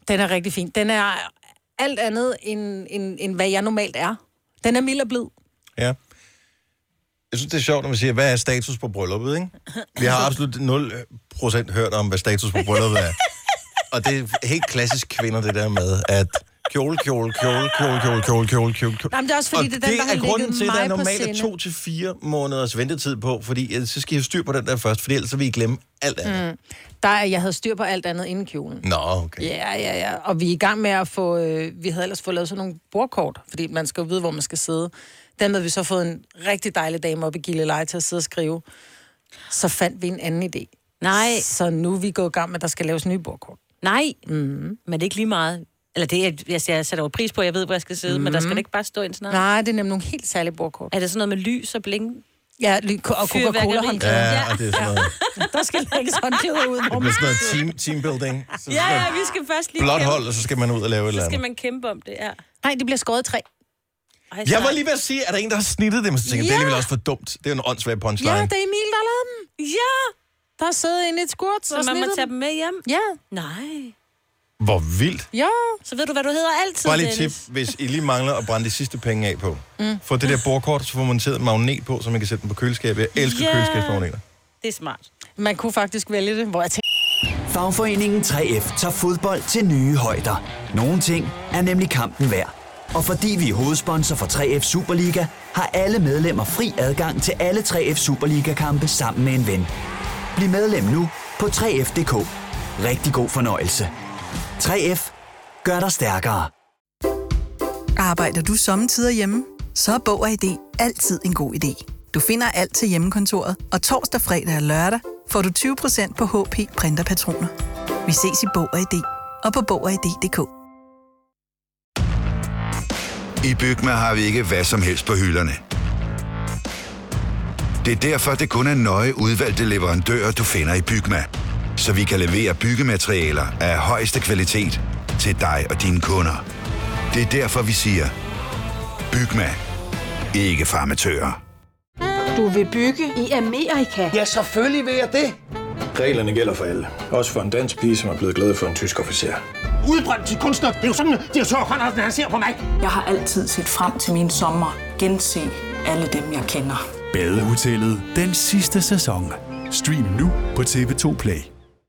den er rigtig fin. Den er alt andet, end, end, end hvad jeg normalt er. Den er mild og blid.
Ja. Jeg synes, det er sjovt, når man siger, hvad er status på brylluppet, ikke? Vi har absolut 0% hørt om, hvad status på brylluppet er. Og det er helt klassisk kvinder, det der med, at kjole, kjole, kjole, kjole, kjole, kjole, kjole, kjole. kjole.
Jamen, det er også fordi,
Og
det er den, der har
er grunden
ligget
til, at der er
mig på
normalt er
sinde.
to til fire måneders ventetid på, fordi øh, så skal I have styr på den der først, for ellers så vil I glemme alt andet.
Mm. Der er, jeg havde styr på alt andet inden kjolen.
Mm. Nå, okay.
Ja, ja, ja. Og vi er i gang med at få... Øh, vi havde ellers fået lavet sådan nogle bordkort, fordi man skal jo vide, hvor man skal sidde. Dermed har vi så fået en rigtig dejlig dame op i Gilleleje til at sidde og skrive. Så fandt vi en anden idé.
Nej,
Så nu er vi gået i gang med, at der skal laves nye bordkort.
nej. Mm. Men det er ikke lige meget. Eller det, er- jeg, jeg sætter jo pris på, at jeg ved, hvor jeg skal sidde, mm. men der skal det ikke bare stå en snart.
Nej, det er nemlig nogle helt særlige bordkort.
Er det sådan noget med lys og bling?
Ja, ly- og Coca-Cola
Fyrværkeri.
håndklæder.
Ja, og det er sådan noget, det
Der skal lægges håndklæder ud. Hvor
bliver
man...
sådan noget team, teambuilding. Så
Ja,
skal
ja, vi skal først lige
blåt
kæmpe.
hold, og så skal man ud og lave
Så
et eller andet.
skal man kæmpe om det, ja.
Nej, det bliver skåret i træ.
Ej,
Jeg var lige ved at sige, at der er en, der har snittet det, men så tænker jeg, det er
Ja.
alligevel også for dumt. Det er jo en åndssvag
Ja,
punchline.
det er Emil, der lavede dem.
Ja!
Der er siddet inde i et skurt,
Så man må tage dem med hjem?
Ja.
Nej.
Hvor vildt.
Ja.
Så ved du, hvad du hedder altid,
Bare lige et tip,
Dennis.
hvis I lige mangler at brænde de sidste penge af på.
Mm.
Mm. Få det der bordkort, så får man monteret en magnet på, så man kan sætte den på køleskabet. Jeg elsker
Ja.
yeah. køleskabsmagneter.
Det er smart.
Man kunne faktisk vælge det, hvor jeg tænkte...
Fagforeningen 3F tager fodbold til nye højder. Nogle ting er nemlig kampen værd. Og fordi vi er hovedsponsor for 3F Superliga, har alle medlemmer fri adgang til alle 3F Superliga-kampe sammen med en ven. Bliv medlem nu på 3F.dk. Rigtig god fornøjelse. 3F gør dig stærkere.
Arbejder du sommetider hjemme? Så er Bog og ID altid en god idé. Du finder alt til hjemmekontoret, og torsdag, fredag og lørdag får du 20% på HP printerpatroner. Vi ses i Bog og ID og på Bog og ID.dk.
I Bygma har vi ikke hvad som helst på hylderne. Det er derfor, det kun er nøje udvalgte leverandører, du finder i Bygma. Så vi kan levere byggematerialer af højeste kvalitet til dig og dine kunder. Det er derfor, vi siger, Bygma. Ikke farmatører.
Du vil bygge i Amerika? Ja, selvfølgelig vil jeg det.
Reglerne gælder for alle. Også for en dansk pige, som er blevet glad for en tysk officer.
Udbrøndt til kunstner. Det er jo sådan, at de har tørt, han ser på mig. Jeg har altid set frem til min sommer. Gense alle dem, jeg kender.
Badehotellet den sidste sæson. Stream nu på TV2 Play.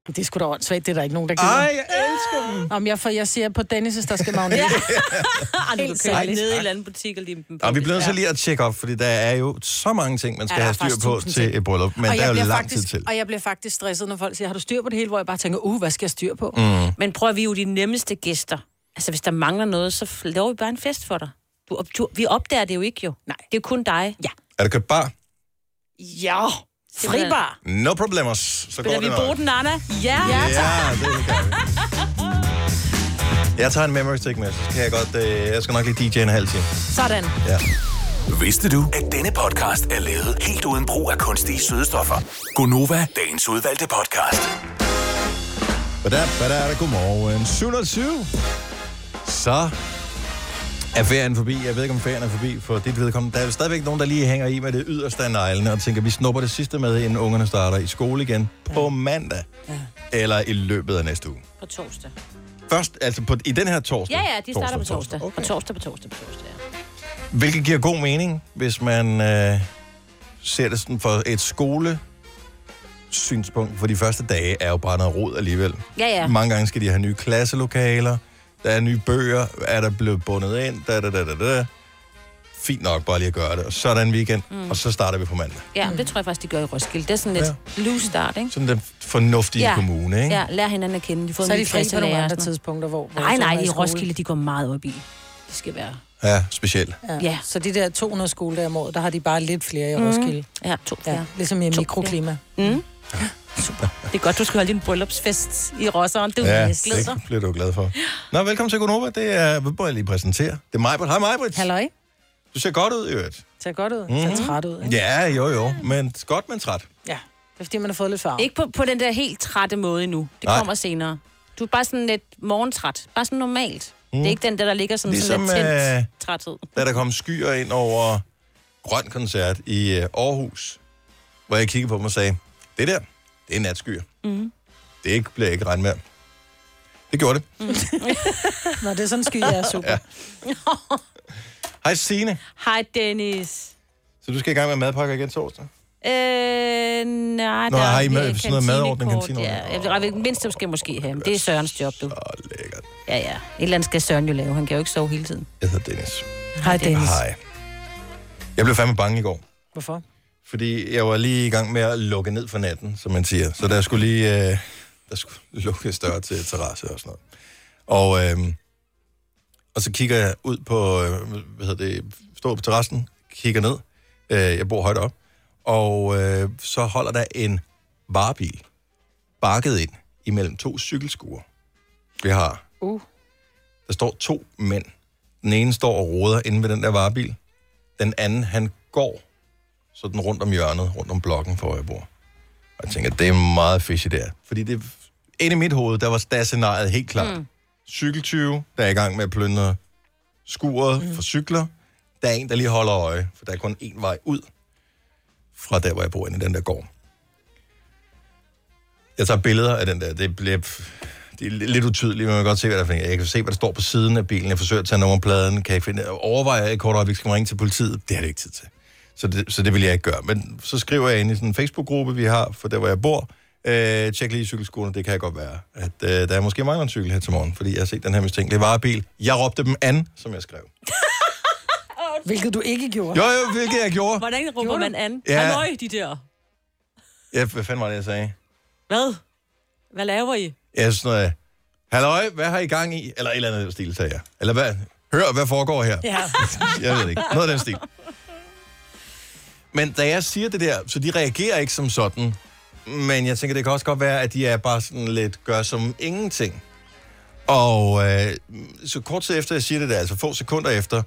Det er sgu da åndssvagt, det er der ikke nogen, der gider.
Ej,
jeg elsker dem. Om jeg, for jeg siger på Dennis' der
(laughs)
skal magnet.
Ej, du kan
særligt.
købe nede i en eller anden butik og lime dem på.
Og vi bliver nødt til lige at tjekke op, fordi der er jo så mange ting, man skal
Ja, der
ja,
er
have styr
faktisk
på
tusind
til
ting.
et bryllup, men
Og
der
jeg
er jo
bliver
lang
faktisk,
tid til.
Og jeg bliver faktisk stresset, når folk siger, har du styr på det hele? Hvor jeg bare tænker, uh, hvad skal jeg styr på?
Mm.
Men prøv at vi er jo de nemmeste gæster. Altså, hvis der mangler noget, så f- laver vi bare en fest for dig. Du, op- du, vi opdager det jo ikke, jo. Nej. Det er kun dig. Ja.
Er der købt bar?
Ja. Fribar.
No problemos. Så går
Spiller vi
det nok.
Boden, Anna? Ja.
Ah,
Ja, det kan vi. Jeg tager en memory stick med, så kan jeg godt... Øh, jeg skal nok lige DJ'en en halv time.
Sådan.
Ja.
Vidste du, at denne podcast er lavet helt uden brug af kunstige sødestoffer? Gonova, dagens udvalgte podcast.
Bada, bada, da, godmorgen. 720. Så er ferien forbi. Jeg ved ikke, om ferien er forbi for dit vedkommende. Der er jo stadigvæk nogen, der lige hænger i med det yderste af neglene og tænker, vi snupper det sidste med, inden ungerne starter i skole igen på mandag. Eller i løbet af næste uge.
På torsdag.
Først, altså på, i den her torsdag.
Ja, ja, de starter på torsdag. På torsdag, på torsdag, på torsdag. ja.
Hvilket giver god mening, hvis man øh, ser det sådan for et skole synspunkt, for de første dage er jo bare noget rod alligevel.
Ja, ja.
Mange gange skal de have nye klasselokaler, der er nye bøger, er der blevet bundet ind, da, da, da, da, da. Fint nok bare lige at gøre det, og så er der en weekend,
Mm.
mm. og så starter vi på mandag.
Ja, men det tror jeg faktisk, de gør i Roskilde. Det er sådan lidt ja. loose start, ikke?
Sådan den fornuftige
ja.
kommune, ikke?
Ja, lær hinanden at kende. De får
Så er
en
de
ny
fri
klasse
på nogle
lærer og
andre
sådan noget.
tidspunkter, hvor... hvor
Nej,
så
nej,
er
i
skole.
Roskilde, de går meget op i. De skal være...
Ja, specielt.
Ja. ja. Så de der 200 skoledage om året, der har de bare lidt flere i Roskilde.
Mm. Ja, to
Ja,
flere.
ligesom i mikroklima.
Mm. Super. Det er godt, du skal holde din bryllupsfest i Rosseren. Det er
Ja,
jo
det
glæder.
bliver du glad for. Nå, velkommen til Gunova. Det er, hvad må jeg lige præsentere? Det er Majbrit. Hej, Majbrit.
Halløj.
Du ser godt ud, i øvrigt.
Ser godt ud.
Mhm.
Mm. Ser træt ud. Ikke?
Ja, jo, jo. Men godt, men træt.
Ja. Det er fordi, man har fået lidt farve.
Ikke på, på den der helt trætte måde endnu. Det
Nej.
kommer senere. Du er bare sådan lidt morgentræt. Bare sådan normalt.
Mm.
Det er ikke den der, der ligger sådan, ligesom,
Ligesom,
sådan lidt tændt
øh,
træthed.
da der kom skyer ind over Grøn Koncert i øh, Aarhus, hvor jeg kiggede på dem og sagde, det der, det er natskyer.
Mm.
Det ikke, bliver ikke regnvejr. Det gjorde det.
Mhm. Nå, det er sådan sky,
(laughs)
jeg er super. ja. (laughs)
Hej Signe.
Hej, Dennis.
Så du skal i gang med madpakker igen torsdag?
Øh, nej,
Nå,
der
har I
er
mad-
mere
sådan noget madordning,
kantinekort,
kantineordning?
Ja, jeg ved- jeg ved, mindst du skal måske have. men Det er Sørens job, du. Så lækkert. Ja, ja. Et eller andet skal Søren jo lave. Han kan jo ikke sove hele tiden.
Jeg hedder Dennis.
Hej, Dennis.
Hej. Jeg blev fandme bange i går,
Hvorfor?
fordi jeg var lige i gang med at lukke ned for natten, som man siger. Så der skulle lige øh, der skulle (laughs) lukkes dør til terrasse og sådan noget. Og, øh, og så kigger jeg ud på, øh, hvad hedder det, står på terrassen, kigger ned. Øh, jeg bor højt op. Og øh, så holder der en varebil bakket ind imellem to cykelskuer. Vi har.
Uh.
Der står to mænd. Den ene står og roder inde ved den der varebil. Den anden, han går sådan rundt om hjørnet, rundt om blokken, for hvor jeg bor. Og jeg tænker, det er meget fishy der. Fordi det, inde i mit hoved, der var der scenariet helt klart. Mm. Cykeltyve, der er i gang med at plyndre skuret mm. for cykler. Der er en, der lige holder øje, for der er kun én vej ud fra der, hvor jeg bor inde i den der gård. Jeg tager billeder af den der. Det bliver... pff, De er lidt utydelige, men man kan godt se, hvad der er. for en. Jeg kan se, hvad der står på siden af bilen. Jeg forsøger at tage nummerpladen. Kan jeg finde... Overvejer jeg i kort øjeblik, skal man ringe til politiet? Det har det ikke tid til. Så det, så det vil jeg ikke gøre. Men så skriver jeg ind i sådan en Facebook-gruppe, vi har, for der, hvor jeg bor. Øh, tjek lige cykelskoene, det kan godt være. At øh, der er måske mangler en cykel her til morgen, fordi jeg har set den her mistænkelige varebil. Jeg råbte dem an, som jeg skrev.
Hvilket du ikke gjorde.
Jo, jo, hvilket jeg gjorde.
Hvordan råber man an?
Ja.
Ja. Halløj, de der.
Ja, hvad fanden var det, jeg sagde?
Hvad? Hvad laver I?
Ja, sådan noget. Halløj, hvad har I gang i? Eller et eller andet i den stil, sagde jeg. Eller hvad? Hør, hvad foregår her? (laughs)
Ja.
Jeg ved det ikke. Noget af den stil. Men da jeg siger det der, så de reagerer ikke som sådan. Men jeg tænker, det kan også godt være, at de er bare sådan lidt gør som ingenting. Og øh, så kort tid efter, jeg siger det der, altså få sekunder efter,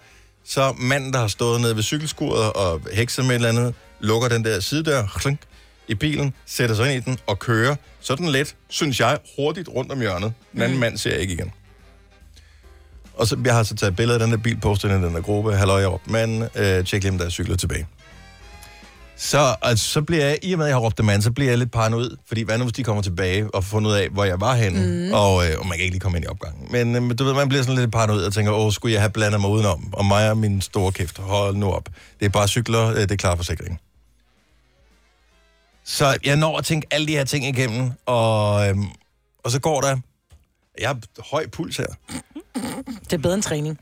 så manden, der har stået nede ved cykelskuret og hekset med et eller andet, lukker den der sidedør klink, i bilen, sætter sig ind i den og kører sådan let, synes jeg, hurtigt rundt om hjørnet. Den anden mand ser jeg ikke igen. Og så, jeg har så taget billeder af den der bil, postet den i den der gruppe, halløj op, men øh, tjek lige, om der er cykler tilbage. Så, altså, så bliver jeg, i og med at jeg har råbt dem an, så bliver jeg lidt paranoid, fordi hvad nu, hvis de kommer tilbage og får fundet ud af, hvor jeg var henne, mm. og, øh, og man kan ikke lige komme ind i opgangen. Men øh, men du ved, man bliver sådan lidt paranoid og tænker, åh, skulle jeg have blandet mig udenom, og mig og min store kæft, hold nu op. Det er bare cykler, øh, det er klar forsikring. Så jeg når at tænke alle de her ting igennem, og, øhm, og så går der... Jeg har høj puls her.
Det er bedre end træning.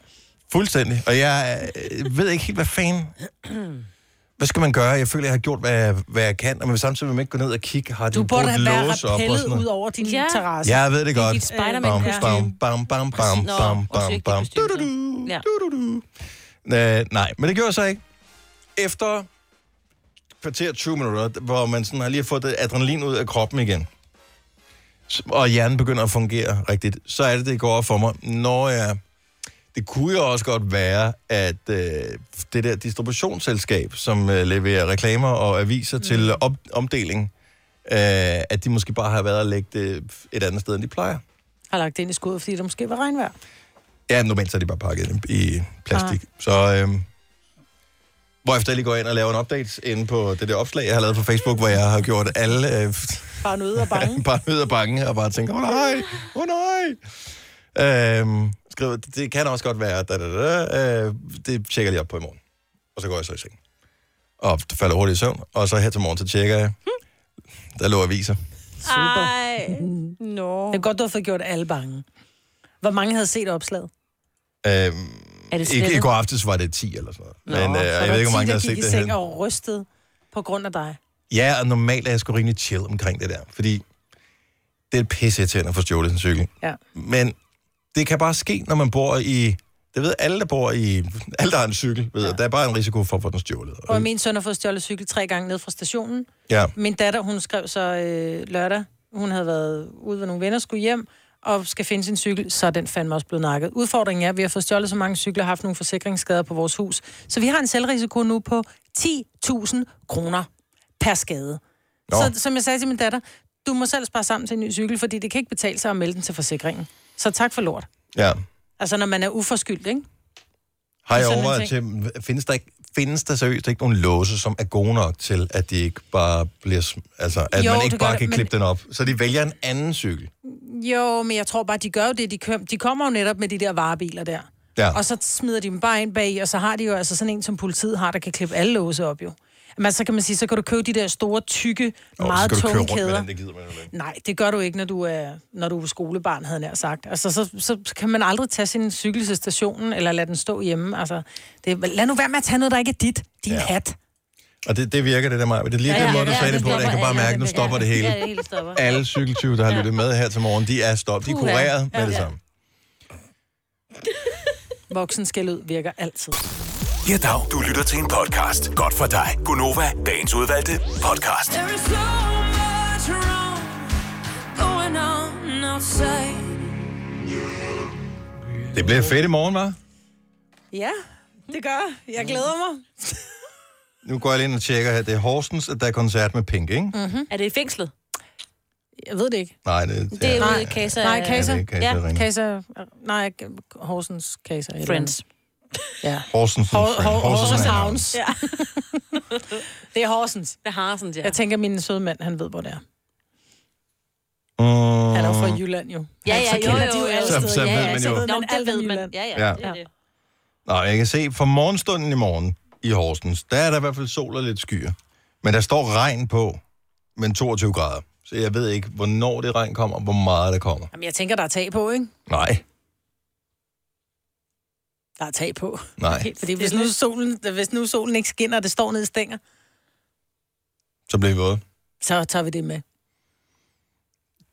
Fuldstændig. Og jeg øh, ved ikke helt, hvad fanden... Hvad skal man gøre? Jeg føler, jeg har gjort, hvad jeg, hvad jeg kan, og men samtidig vil man ikke gå ned og kigge. Har de
Du burde
brugt
have været
lås op og sådan
rappellet
noget?
ud over din ja. terrasse.
Ja, jeg ved det godt.
Dit Spider-Man.
Bam,
ja.
bam, bam, bam, bam,
Nå,
bam, bam,
undskyld,
bam.
det
Du, du, du.
Ja.
Øh, nej, men det gjorde jeg så ikke. Efter kvarter 20 minutter, hvor man sådan har lige fået det adrenalin ud af kroppen igen, s- og hjernen begynder at fungere rigtigt, så er det, det går op for mig, når jeg... Det kunne jo også godt være, at øh, det der distributionsselskab, som øh, leverer reklamer og aviser mm. til op- omdeling, øh, at de måske bare har været og lægge det et andet sted, end de plejer.
Har lagt det ind i skuddet, fordi det måske var regnvejr.
Ja, normalt så er de bare pakket i- i plastik. Ah. Så, øhm, hvorefter jeg lige går ind og laver en update inde på det der opslag, jeg har lavet på Facebook, hvor jeg har gjort alle øh,
Bare nød og
(laughs)
bange.
(laughs) bare nød og bange, og bare tænker, åh oh, nej, åh oh, nej. Øhm, skriver, "Det- det kan også godt være, da, da, da, da. Øh, det tjekker jeg lige op på i morgen. Og så går jeg så i seng. Og falder hurtigt i søvn, og så her til morgen, så tjekker jeg,
Hm.
der lå aviser.
Ah. Super. Ej, no. Det er godt, du har fået gjort alle bange. Hvor mange havde set opslaget?
Øhm,
Er det
ikke, I
slettet?
går aftes var det 10 eller sådan noget. Men øh,
så
jeg
var
ved ikke,
ti,
hvor mange, der har
gik
set
i
det
seng
hen.
og rystet på grund af dig.
Ja, og normalt er jeg sgu rimelig chill omkring det der, fordi det er pisse til at få stjålet sin cykel.
Ja.
Men det kan bare ske, når man bor i... Det ved alle, der bor i... Alle, der har en cykel, ved ja. Der er bare en risiko for at få den stjålet.
Og min søn har fået stjålet cykel tre gange ned fra stationen.
Ja.
Min datter, hun skrev så øh, lørdag, hun havde været ude ved nogle venner, skulle hjem og skal finde sin cykel, så er den fandme også blevet nakket. Udfordringen er, at vi har fået stjålet så mange cykler og haft nogle forsikringsskader på vores hus. Så vi har en selvrisiko nu på 10.000 kroner per skade.
Nå.
Så som jeg sagde til min datter, du må selv spare sammen til en ny cykel, fordi det kan ikke betale sig at melde den til forsikringen. Så tak for lort.
Ja.
Altså, når man er uforskyldt, ikke?
Har jeg
Sådan en
overvejet til... Findes der, ikke, findes der seriøst ikke nogen låse, som er gode nok til, at de ikke bare bliver... sm- Altså, at
Jo,
jo, man ikke
det gør
bare
det,
kan
men-
klippe den op. Så de vælger en anden cykel.
Jo, men jeg tror bare, de gør jo det. De, køm, de kommer jo netop med de der varebiler der.
Ja.
Og så smider de dem bare ind bag, og så har de jo altså sådan en, som politiet har, der kan klippe alle låse op jo. Men så kan man sige, så kan du købe de der store, tykke,
Nå,
oh, meget
så skal du
tunge
køre rundt med
kæder.
den, det gider man jo ikke.
Nej, det gør du ikke, når du er, når du er skolebarn, havde jeg nær sagt. Altså, så, så kan man aldrig tage sin cykel til stationen, eller lade den stå hjemme. Altså, det, lad nu være med at tage noget, der ikke er dit. Din ja. hat.
Og det, det virker, det der mig. Det er lige ja, ja, den måde, du ja, sagde det på,
stopper
at jeg kan bare
alt,
mærke,
det
at nu
bliver-
stopper det hele.
Ja, det hele stopper.
(laughs) Alle cykeltyve, der har lyttet med her til morgen, de er stoppet. De er
Puha.
kureret med
Ja.
det
Ja. (laughs)
samme.
Voksen skal ud virker altid.
Ja, dag. Du lytter til en podcast. Godt for dig. Gunova, dagens udvalgte podcast.
There is so much wrong going on (laughs) outside.
Det bliver fedt i morgen, hva'?
Ja, det gør jeg. Jeg glæder mig.
Nu går jeg lige ind og tjekker her. Det er Horsens, at der er koncert med Pink, ikke?
Mm-hmm. Er det i fængslet? Jeg ved det ikke.
Nej, det,
Det er
Nej.
ude i Kasa. Nej,
Kasa.
Ja, det er Kasa, der ringer.
Kasa. Nej, K- Horsens Kasa. et eller
Friends.
Ja.
Horsens. and
Hor-
Friends.
Hor-
Horsens
Horsens
and
Hounds. Ja. (laughs) det er Horsens.
Det har sådan, ja.
Jeg tænker, min søde mand, han ved, hvor det er. i Jylland jo.
Ja, ja,
så
jo,
kender
jo,
de jo
jo.
alle
Så-
steder.
så
ja,
ved
ja,
man
så
jo.
ved
Nå,
man
men
alt
det
ved
ved
Jylland.
man. Ja,
Ja.
ja. det er det.
Nå, jeg kan se, for morgenstunden i morgen i Horsens, der er der i hvert fald sol og lidt skyer. Men der står regn på, men 22 grader. Så jeg ved ikke, hvornår det regn kommer, og hvor meget der kommer.
Jamen, jeg tænker, der er tag på, ikke?
Nej,
Der er tag på.
Nej.
Helt Fordi hvis nu, solen, hvis nu solen ikke skinner, og det står ned i stænger,
så bliver vi våde.
så tager vi det med.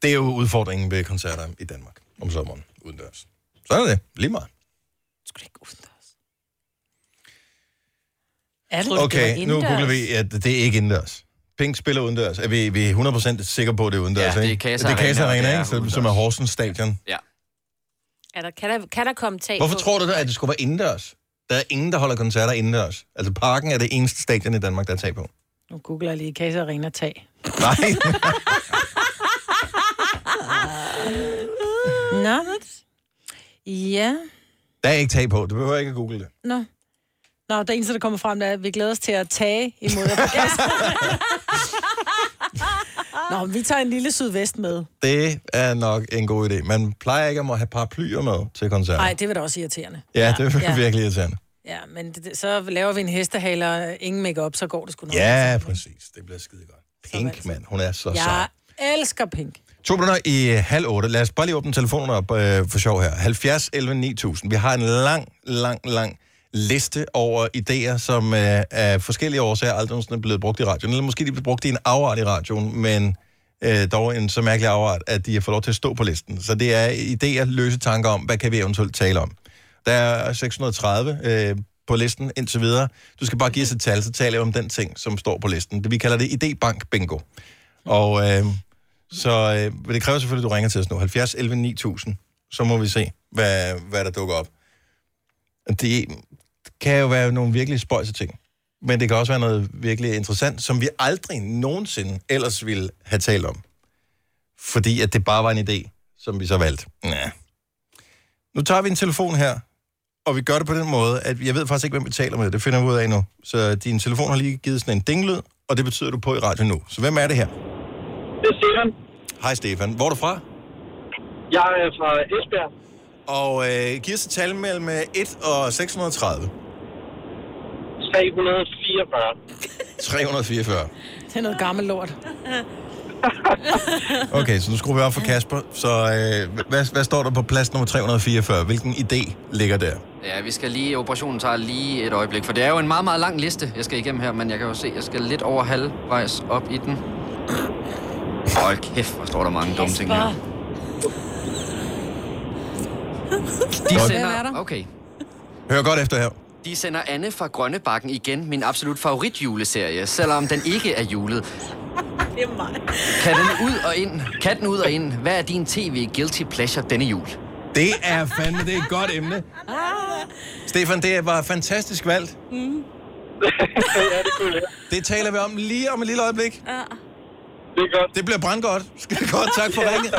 Det er jo udfordringen ved koncerter i Danmark om sommeren udendørs. Sådan er det. Lige meget.
Er det?
Okay, nu googler vi, at det er ikke indendørs. Pink spiller udendørs. Er vi, vi er 100% sikre på, at det er
Ja,
udendørs,
det er
ikke?
Casa
det er
Arena,
Casa
og det
Arena,
er
ikke? Som, som er Horsens Stadion.
Ja.
Er der, kan, der, kan der komme tag
Hvorfor
på?
tror du da, at det skulle være indendørs? Der er ingen, der holder koncerter indendørs. Altså, parken er det eneste stadion i Danmark, der er tag på.
Nu googler jeg lige Casa Arena tag.
Nej.
(laughs) Nå, what? Ja,
Der er ikke tag på. Du behøver ikke at google det.
nå. Nå, det eneste, der kommer frem, det er, at vi glæder os til at tage imod dig.
(laughs)
Nå, men vi tager en lille sydvest med.
Det er nok en god idé. Man plejer ikke at have paraplyer med til koncerter.
Nej, det vil da også irriterende.
Ja, det er (laughs) virkelig irriterende.
Ja, men det, det- så laver vi en hestehale og ingen make op, så går det sgu nok. altså.
Ja, præcis. Det bliver skide godt. Pink, mand. Hun er så sej.
Jeg elsker pink.
To minutter i øh, halv otte. Lad os bare lige åbne telefonen op øh, for sjov her. 70 11 9000. Vi har en lang, lang, lang liste over idéer, som øh, af forskellige årsager aldrig nogensinde er blevet brugt i radioen. Eller måske de blev brugt i en afart i radioen, men øh, dog en så mærkelig afart, at de har fået lov til at stå på listen. Så det er idéer, løse tanker om, hvad kan vi eventuelt tale om. Der er 630 øh, på listen indtil videre. Du skal bare give os et tal, så taler jeg om den ting, som står på listen. Det, vi kalder det idébank bingo. Og øh, så øh, men det kræver selvfølgelig, at du ringer til os nu. 70 11 9000. Så må vi se, hvad, hvad der dukker op. Det kan jo være nogle virkelig spøjse ting. Men det kan også være noget virkelig interessant, som vi aldrig nogensinde ellers ville have talt om. Fordi at det bare var en idé, som vi så valgte. Næh. Nu tager vi en telefon her, og vi gør det på den måde, at jeg ved faktisk ikke, hvem vi taler med. Det finder vi ud af nu. Så din telefon har lige givet sådan en dinglyd, og det betyder, at du er på i radioen nu. Så hvem er det her?
Det er Stefan.
Hej Stefan. Hvor er du fra?
Jeg er fra Esbjerg.
Og øh, giv os et tal mellem øh, 1 og 630. (laughs)
344.
344.
Det er noget gammelt lort.
(laughs) Okay, så nu skruer vi op for Kasper. Så øh, hvad, hvad står der på plads nummer 344? Hvilken idé ligger der?
Ja, vi skal lige, operationen tager lige et øjeblik, for det er jo en meget, meget lang liste, jeg skal igennem her, men jeg kan jo se, jeg skal lidt over halvvejs op i den. Hold kæft, hvor står der mange dumme ting her. De sender, okay,
Hør godt efter her.
de sender Anne fra Grønnebakken igen, min absolut favoritjuleserie, selvom den ikke er julet.
Det er mig.
Kan den ud og ind? Kan den ud og ind? Hvad er din tv guilty pleasure denne jul?
Det er fandme, det er et godt emne. Stefan, det var fantastisk valgt.
Mm.
(laughs) ja, det kunne jeg. Det taler vi om lige om et lille øjeblik.
Ja.
Det er godt. Det bliver brandgodt. (laughs) Skide godt, tak for ringet.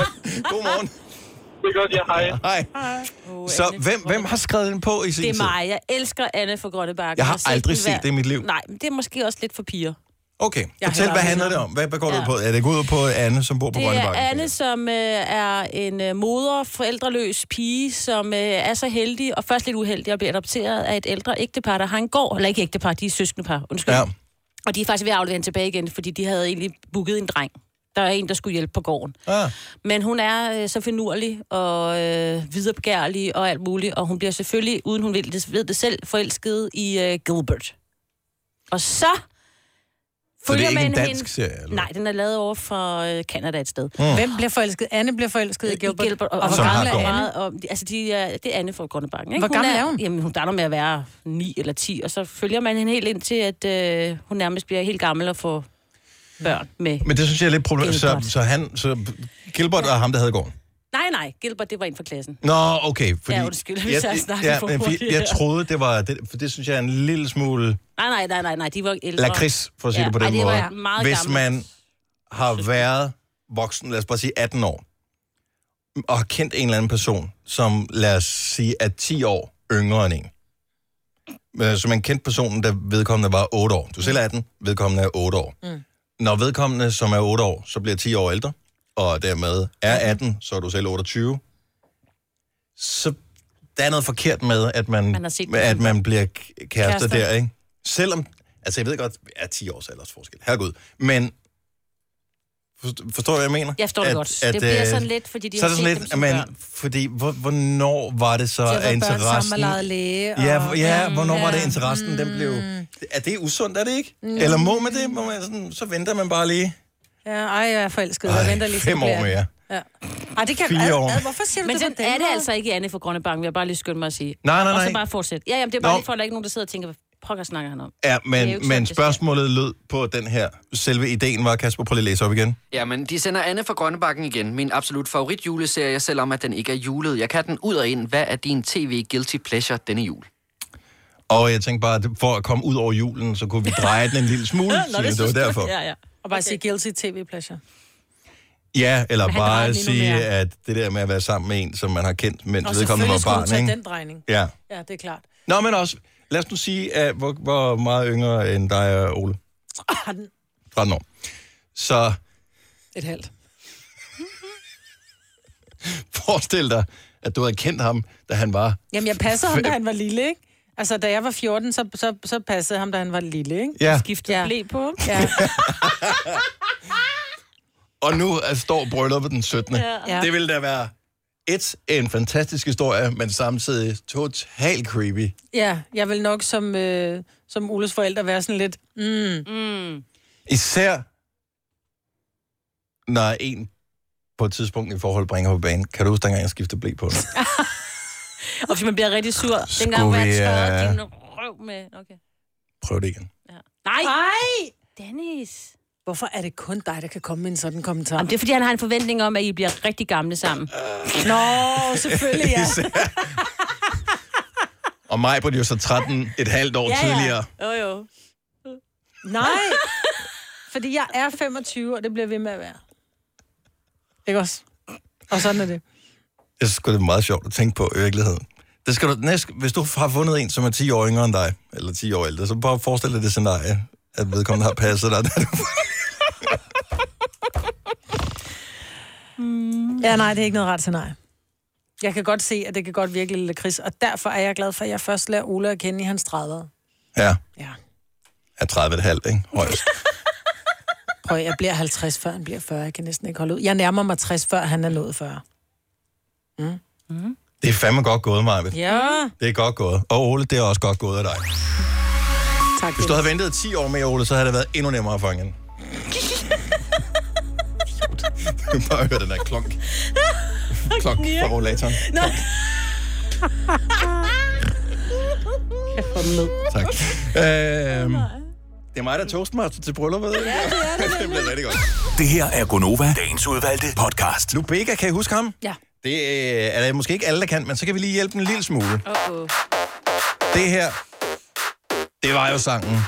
God morgen.
Det er godt, ja, hej.
Hej. Så hvem, hvem har skrevet den på i sin
Det er
tid?
mig. Jeg elsker Anne fra Grønnebakken.
Jeg har
har
aldrig
den
set det i mit liv.
Nej, men det er måske også lidt for piger.
Okay,
Jeg
fortæl,
har
hvad
aldrig
handler
set
det om? Hvad, hvad går det
Ja.
ud på? Er det gået ud på Anne, som bor på
Det er
Grønnebakken?
Anne, som øh, er en øh, moder, forældreløs pige, som øh, er så heldig, og først lidt uheldig, at blive adopteret af et ældre ægtepar, der har en gård. Eller ikke ægtepar, de er søskendepar, undskyld.
Ja.
Og de er faktisk ved at aflevere hende tilbage igen, fordi de havde egentlig booket en dreng. Der er en, der skulle hjælpe på gården.
Ah.
Men hun er øh, så finurlig og øh, viderebegærlig og alt muligt, og hun bliver selvfølgelig, uden hun ved det, ved det selv, forelsket i øh, Gilbert. Og så...
Så det
følger
er ikke
man
en dansk
hende-
serie? Eller?
Nej, den er lavet over for øh, Canada et sted. Øh,
Mm.
Hvem bliver forelsket? Anne bliver forelsket i Gilbert.
Gilbert og,
og hvor
som
gammel
har
er Anne?
meget om, altså de er, det er Anne fra Grønnebakken.
Hvor gammel
hun
er hun?
Jamen, hun starter med at være 9 eller 10, og så følger man hende helt indtil, at øh, hun nærmest bliver helt gammel og får børn med.
Men det synes jeg er lidt problematisk. Så,
Gilbert.
så, han, så Gilbert og ham, der havde gården.
Nej, nej, Gilbert, det var en fra klassen.
Nå, okay. Fordi,
Ja, undskyld, hvis jeg snakker for
men
hurtigt
Jeg
her.
troede, det var... Det, for det synes jeg er en lille smule
Nej, nej, nej, nej, nej de var ældre.
lakrids, for at sige ja, det på
ej,
den måde.
Var meget
Hvis
gammel.
man har været voksen, lad os bare sige 18 år, og har kendt en eller anden person, som lad os sige er 10 år yngre end en. Øh, Så man kendte personen, da vedkommende var 8 år. Du selv er 18, vedkommende er 8 år.
Mm.
Når vedkommende, som er 8 år, så bliver 10 år ældre, og dermed er
Mm.
18, så er du selv 28, så der er noget forkert med, at man,
Man har set
med, at man bliver kærester,
Kærester.
kærester der, ikke? Selvom, altså jeg ved godt, er 10 års aldersforskel, herregud, men forst- forstår du, hvad jeg mener?
Jeg forstår det godt. Det bliver
øh,
sådan lidt, fordi de
så er
har
det
set
sådan
dem
lidt,
som
men,
børn.
fordi hvor, hvornår var det så,
De har
at
været børn sammen og
interessen...
leget læge. Og...
Ja, ja,
Mm,
hvornår var det interessen, den blev... Er det usundt, er det ikke?
Mm.
Eller må man det? Må man sådan, så venter man bare lige
Ja, ej, jeg er forelsket. Jeg
Ej,
venter lige til
fem
det bliver
år mere.
atten. Ja. Ej, det kan
Fire
ad,
år.
Ad, hvorfor siger du
Men
det
sådan
på
er
den
det
måde?
altså ikke i Anne for Grønne Bank, vil jeg bare lige skynde mig at sige.
Nej, nej,
Og så
nej.
bare fortsæt. Ja, jamen, det er bare
Nå.
lige for, at der ikke er nogen, der sidder og tænker, hvad pokker snakker han om?
Ja,
Det er jo ikke
men,
sådan,
men
det sker.
spørgsmålet lød på den her. Selve ideen var, Kasper, prøv lige at læse op igen.
Jamen, de sender Anne fra Grønnebakken igen. Min absolut favorit juleserie, selvom at den ikke er julet. Jeg kan den ud og ind. Hvad er din tv guilty pleasure denne jul?
Og jeg tænkte bare, at for at komme ud over julen, så kunne vi dreje den en
(laughs)
lille smule. Nå, det, det var derfor.
Ja, ja. Og bare okay. sige guilty tv-pleasure.
Ja, eller
Men han drejer
bare
den endnu
sige,
mere.
at det der med at være sammen med en, som man har kendt, mens
Og
vedkommende
selvfølgelig
var
skulle du
barn,
tage
ikke?
den drejning.
Ja.
Ja, det er klart.
Nå, men også, lad os nu sige, at hvor, hvor meget yngre end dig, Ole.
13.
13 år. Så (laughs)
Et halvt.
forestil dig, at du havde kendt ham, da han var...
Jamen, jeg passede ham, da
Fem.
han var lille, ikke? Altså, da jeg var 14, så, så, så passede jeg ham, da han var lille, ikke?
Ja.
Skiftede ja. blæ på. Ja.
Og nu er- står brylluppet den 17.
Ja.
Ja. Det ville da være et, en fantastisk historie, men samtidig totalt creepy.
ja, jeg vil nok som, øh, som Oles forældre være sådan lidt... Mm. Mm.
Især når en på et tidspunkt i forhold bringer på banen. Kan du huske, dengang jeg skiftede blæ på? det?
(laughs) Og hvis man bliver rigtig sur, dengang
Skulle
hvor jeg
vi,
tørrede
øh,
din røv med... Okay.
Prøv det igen.
Nej!
Nej!
Dennis!
Hvorfor er det kun dig, der kan komme med en sådan kommentar?
Jamen, det er, fordi han har en forventning om, at I bliver rigtig gamle sammen.
Nå, selvfølgelig, ja.
Og mig på jo så 13 et halvt år ja, tidligere.
Jo, jo.
Nej! (laughs) Fordi jeg er 25, og det bliver ved med at være. Ikke også? Og sådan er det.
Jeg synes sgu, det er meget sjovt at tænke på i virkeligheden. Det skal du, næste, hvis du har fundet en, som er 10 år yngre end dig, eller 10 år ældre, så bare forestil dig det scenarie, at vedkommende har passet dig. da du-
Ja, nej, det er ikke noget ret scenarie. Jeg kan godt se, at det kan godt virke lidt kris, og derfor er jeg glad for, at jeg først lærer Ole at kende i hans 30'er.
ja.
Ja.
Er 30 et halvt, ikke? Højst.
Prøv, jeg bliver 50, før han bliver 40. Jeg kan næsten ikke holde ud. Jeg nærmer mig 60, før han er nået 40.
Det er fandme godt gået, Maja.
Ja.
Det er godt gået. Og Ole, det er også godt gået af dig.
Tak.
Hvis du havde ventet 10 år mere, Ole, så havde det været endnu nemmere at fange (laughs) den. Sjovt. Bare høre den der klonk. (laughs) klonk fra rollatoren.
Nå. Kæft, hvor er den ned.
Tak. Øhm, det er mig, der er toastmaster til brylluppet. Ja, det er (laughs) det. det bliver rigtig godt.
Det her er Gonova, dagens udvalgte podcast.
Lubega, kan I huske ham?
Ja.
Det øh, er der måske ikke alle, der kan, men så kan vi lige hjælpe en lille smule.
Uh-oh.
Det her, det var jo sangen,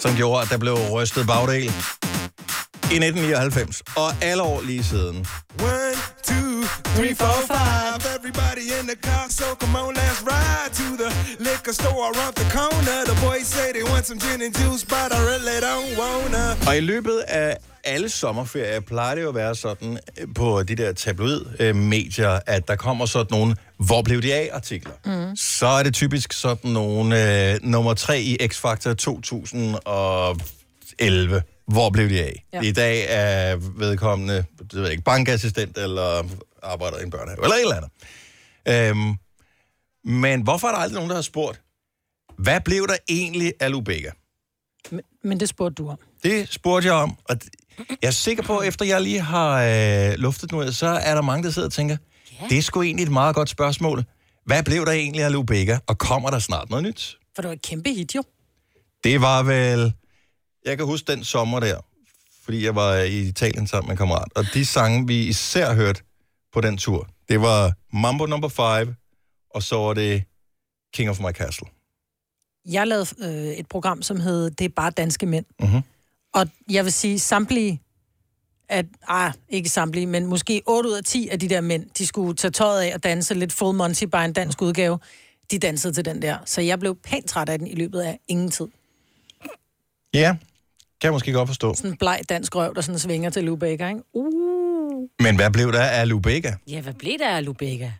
som gjorde, at der blev rystet bagdel i 1999. Og alle år lige siden.
One, two, three, four, five. Everybody in the car, so come on, let's ride to the liquor store around the corner. The boys say they want some gin and juice, but I really don't wanna.
Og i løbet af alle sommerferier plejer det jo at være sådan øh, på de der tabloid-medier, at der kommer sådan nogle, hvor blev de af artikler. Mm. Så er det typisk sådan nogle øh, nummer 3 i X-Factor 2011. Hvor blev de af?
Ja.
Ja. I dag er vedkommende, det ved jeg ikke, bankassistent eller arbejder i en børnehave, eller et eller andet. Øhm, men hvorfor er der aldrig nogen, der har spurgt, hvad blev der egentlig af Lubega?
Men, men det spurgte du om.
Det spurgte jeg om, og d- jeg er sikker på, at efter jeg lige har øh, luftet noget, så er der mange, der sidder og tænker, ja. det er sgu egentlig et meget godt spørgsmål. Hvad blev der egentlig af Lubega, og kommer der snart noget nyt?
For det var et kæmpe hit, jo.
Det var vel... Jeg kan huske den sommer der, fordi jeg var øh, i Italien sammen med en kammerat, og de sange, vi især hørte på den tur, det var Mambo Number 5, og så var det King of My Castle.
Jeg lavede øh, et program, som hed Det er bare danske mænd.
Mhm.
Og jeg vil sige, samtlige, at, ah, ikke samtlige, men måske 8 ud af 10 af de der mænd, de skulle tage tøjet af og danse lidt full Monty, bare en dansk udgave. De dansede til den der. Så jeg blev pænt træt af den i løbet af ingen tid.
Ja, kan jeg måske godt forstå.
Sådan en bleg dansk røv, der sådan svinger til Lou Baker, ikke? Uh.
Men hvad blev der af Lubega?
Ja, hvad blev der af Lubega?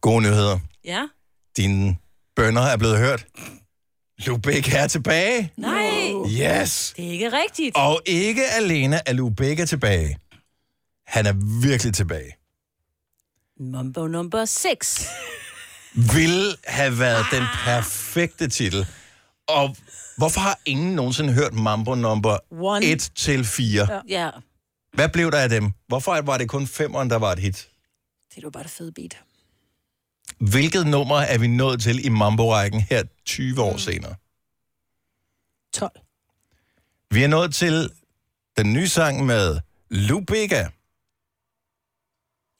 Gode nyheder.
Ja.
Dine bønder er blevet hørt. Lubega er tilbage.
Nej.
Yes.
Det er ikke rigtigt.
Og ikke alene er Lubega tilbage. Han er virkelig tilbage.
Mumbo number 6.
ville have været den perfekte titel. Og hvorfor har ingen nogensinde hørt Mambo number
One.
1 til 4? Ja.
Ja,
Hvad blev der af dem? Hvorfor var det kun femeren, der var et hit?
det var bare det fede beat.
Hvilket nummer er vi nået til i Mambo-rækken her 20
Mm.
år senere?
12.
Vi er nået til den nye sang med Lubega,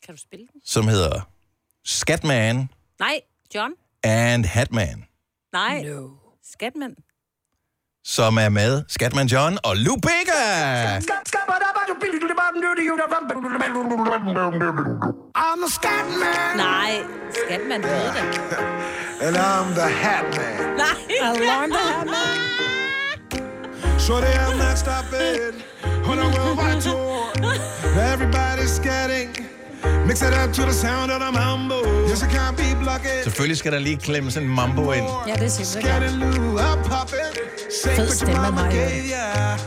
Kan du spille den?
som hedder Skatman
Nej, John.
and Hatman,
Nej. No. Skatmand.
som er med Skatman John og Lubega.
I'm a scat man.
Nej, skat man hedder det.
And I'm the hat man.
Nej.
Alarm the hat man. So they are not stopping on a worldwide tour. Everybody's scatting. Mix it up to the sound of the mambo. Yes, I can't be blocking.
Selvfølgelig skal der lige klemmes en mambo ind.
Ja, det er simpelthen Fed stemme mig.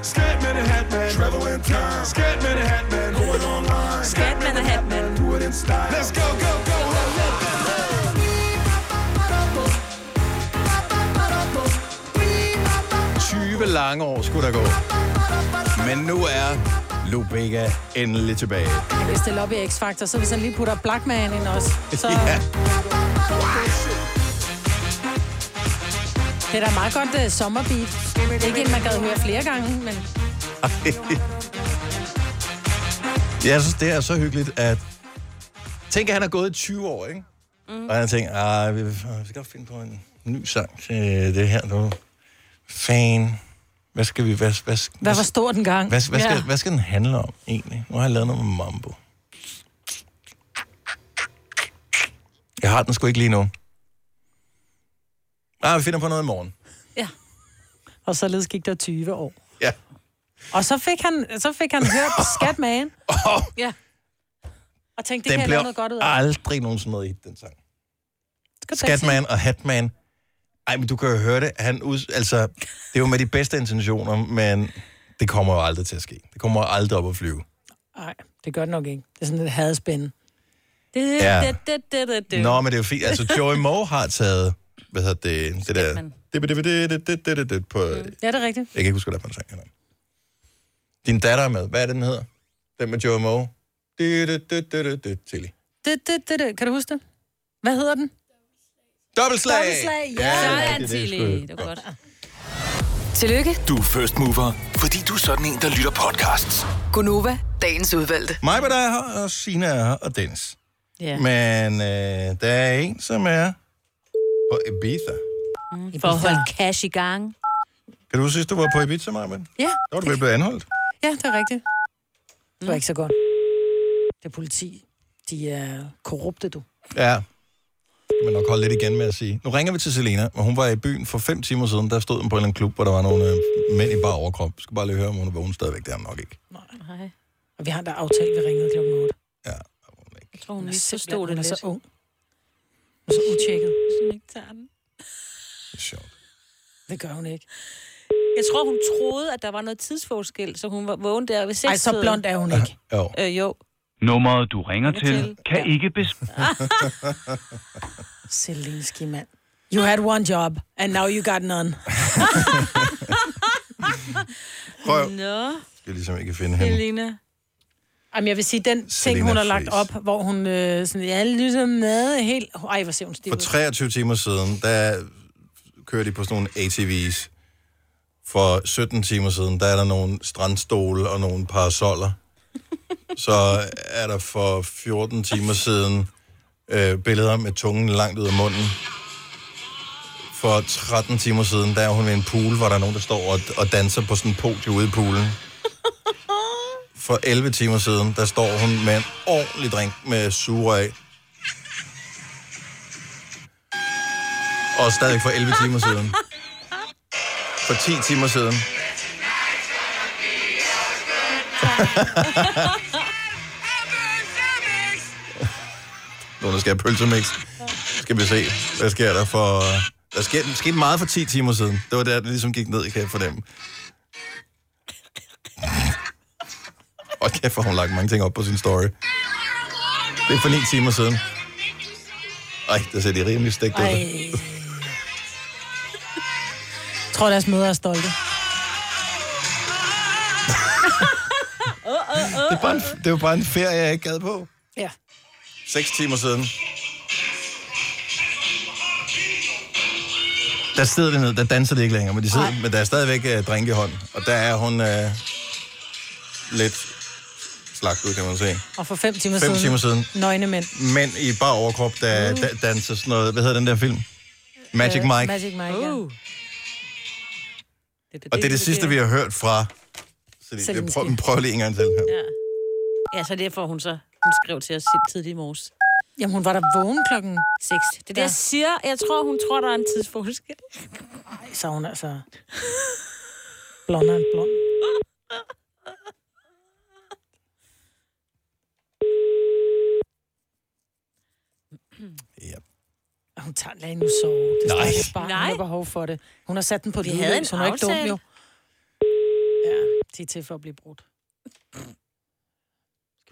Skatman and Hatman. Travel in time. Skatman and Hatman. Going online. Skatman and Hatman. Do it in style. Let's go, go, go. go, go.
20 lange år skulle der gå. Men nu er Lubega endelig tilbage.
Han kan stille op i X-Factor, så hvis han lige putter Blackman ind også, så...
(laughs) Ja.
Det er da meget godt uh, sommerbeat. Det er ikke en, man gad høre flere gange, men...
Jeg synes, det er så hyggeligt, at... Tænk, at han er gået i 20 år, ikke? Mm. Og han tænker, ah, vi, vi skal godt finde på en ny sang til det her nu. Fan. Hvad skal vi... Hvad, hvad,
Hvad var stor den gang?
Hvad, hvad, skal, ja. hvad skal den handle om egentlig? Nu har jeg lavet noget med Mambo. Jeg har den sgu ikke lige nu. Ah, vi finder på noget i morgen.
Og således gik der 20 år.
Ja.
Og så fik han, så fik han hørt
(laughs)
Skatman.
Oh.
Ja. Og tænkte, det kan
den
jeg lave
bliver
noget godt ud af.
aldrig nogensinde noget hit, den sang.
Skal du da
Skatman og Hatman. Ej, men du kan jo høre det. Han ud, altså, det er jo med de bedste intentioner, men det kommer jo aldrig til at ske. Det kommer aldrig op at flyve.
Nej, det gør det nok ikke. Det er sådan lidt hadespændende. Det,
Ja.
det, det, det, det,
Det. Nå, men det er jo fint. Altså, Joey Moe har taget, hvad hedder det, det der... Det, det, det, det, det, det, det, det, det, på, jeg
Ja, det er rigtigt.
kan ikke huske, hvad der er for en sang. han har. Din datter er med. Hvad er det, den hedder? Den med Joey Moe. Det, det, det, det, det, det, Tilly.
Det, det, det, det. Kan du huske det? Hvad hedder den?
Dobbeltslag!
Dobbeltslag, ja.
Sådan,
det er sgu-
Tilly.
Det var godt.
Tillykke. Du er first mover, fordi du er sådan en, der lytter podcasts.
Gunova, dagens udvalgte.
Mig, hvad der er her, og Sina er her, og Dennis.
Ja.
Men øh, der er en, som er på Ibiza.
Mm. For at holde cash i gang.
Kan du huske, sidst du var på Ibiza, Marvin?
Ja,
Der var du blevet anholdt.
ja, det er rigtigt. Det var ikke så godt. Det er politi. De er korrupte, du.
Ja. Det kan man nok holde lidt igen med at sige. Nu ringer vi til Selena, og hun var i byen for fem timer siden. Der stod hun på en eller anden klub, hvor der var nogle øh, mænd i bare overkrop. Jeg skal bare lige høre, om hun er vågen stadigvæk. Det er hun nok ikke.
Nej. Og vi har der aftalt, vi ringede klokken 8.
Ja,
Jeg tror, hun,
lige
er
forstod
simpelthen- Hun
det
er
lidt.
så ung. Hun er så utjekket.
Hun ikke tager den.
Det er sjovt.
Det gør hun ikke. (laughs)
Jeg tror, hun troede, at der var noget tidsforskel, så hun var vågen der ved 6
Ej, så blond er hun ikke.
Jo.
Øh, jo.
Nummeret, du ringer til, kan ikke bes...
Selinski, mand. You had one job, and now you got none.
(laughs) Prøv.
Nå,
Skal jeg ligesom ikke finde hende.
Helena. Jamen, jeg vil sige, den ting,
Selena
hun har lagt
Friis.
op, hvor hun øh, sådan, ja, ligesom med helt... Ej, hvor ser hun stiv
For
ud.
23 timer siden, der kører de på sådan nogle ATV's. For 17 timer siden, der er der nogle strandstole og nogle parasoller. Så er der for 14 timer siden øh, billeder med tungen langt ud af munden. For 13 timer siden, der er hun ved en pool, hvor der er nogen, der står og, og danser på sådan en podie ude i poolen. For 11 timer siden, der står hun med en ordentlig drink med sugerøg. Og stadig for 11 timer siden. For 10 timer siden. Nogen, der skal have pølsemix. Skal vi se, hvad sker der for... Der skete, skete meget for 10 timer siden. Det var der, det ligesom gik ned, kan jeg fornemme. Og kæft, hvor har hun lagt mange ting op på sin story. Det er for 9 timer siden. Ej, der ser de rimelig stegt ud.
Ej. Jeg tror, deres mødre er stolte.
(laughs) Det, er bare en, det var bare en ferie, jeg ikke gad på.
Ja.
6 timer siden. Der sidder de ned, der danser de ikke længere, men, de sidder, men der er stadigvæk uh, drink i hånd. Og der er hun uh, lidt slagt ud, kan man se.
Og for fem timer
Fem
siden.
timer siden.
Nøgne mænd.
Mænd i bare overkrop, der mm. danser sådan noget. Hvad hedder den der film? Magic
Øh,
Mike.
Magic Mike, ja. Uh.
Og det er det sidste, vi har hørt fra... Celine. Jeg
Zelensky.
prøver, prøv lige en gang til her.
Ja, så det får hun så. Hun skrev til os tidligt i morges.
Jamen, hun var der vågen klokken
6. Det er det,
Ja.
ja. jeg siger. Jeg tror, hun tror, der er en tidsforskel.
Nej, så er hun altså... Blondere end blond. ja. Hun tager lad hende nu sove. Det
Nej.
er bare, hun har behov for det. Hun har sat den på
Vi
det
havde en
så hun er ikke dum
aftale.
jo. Ja, de er til for at blive brudt. Skal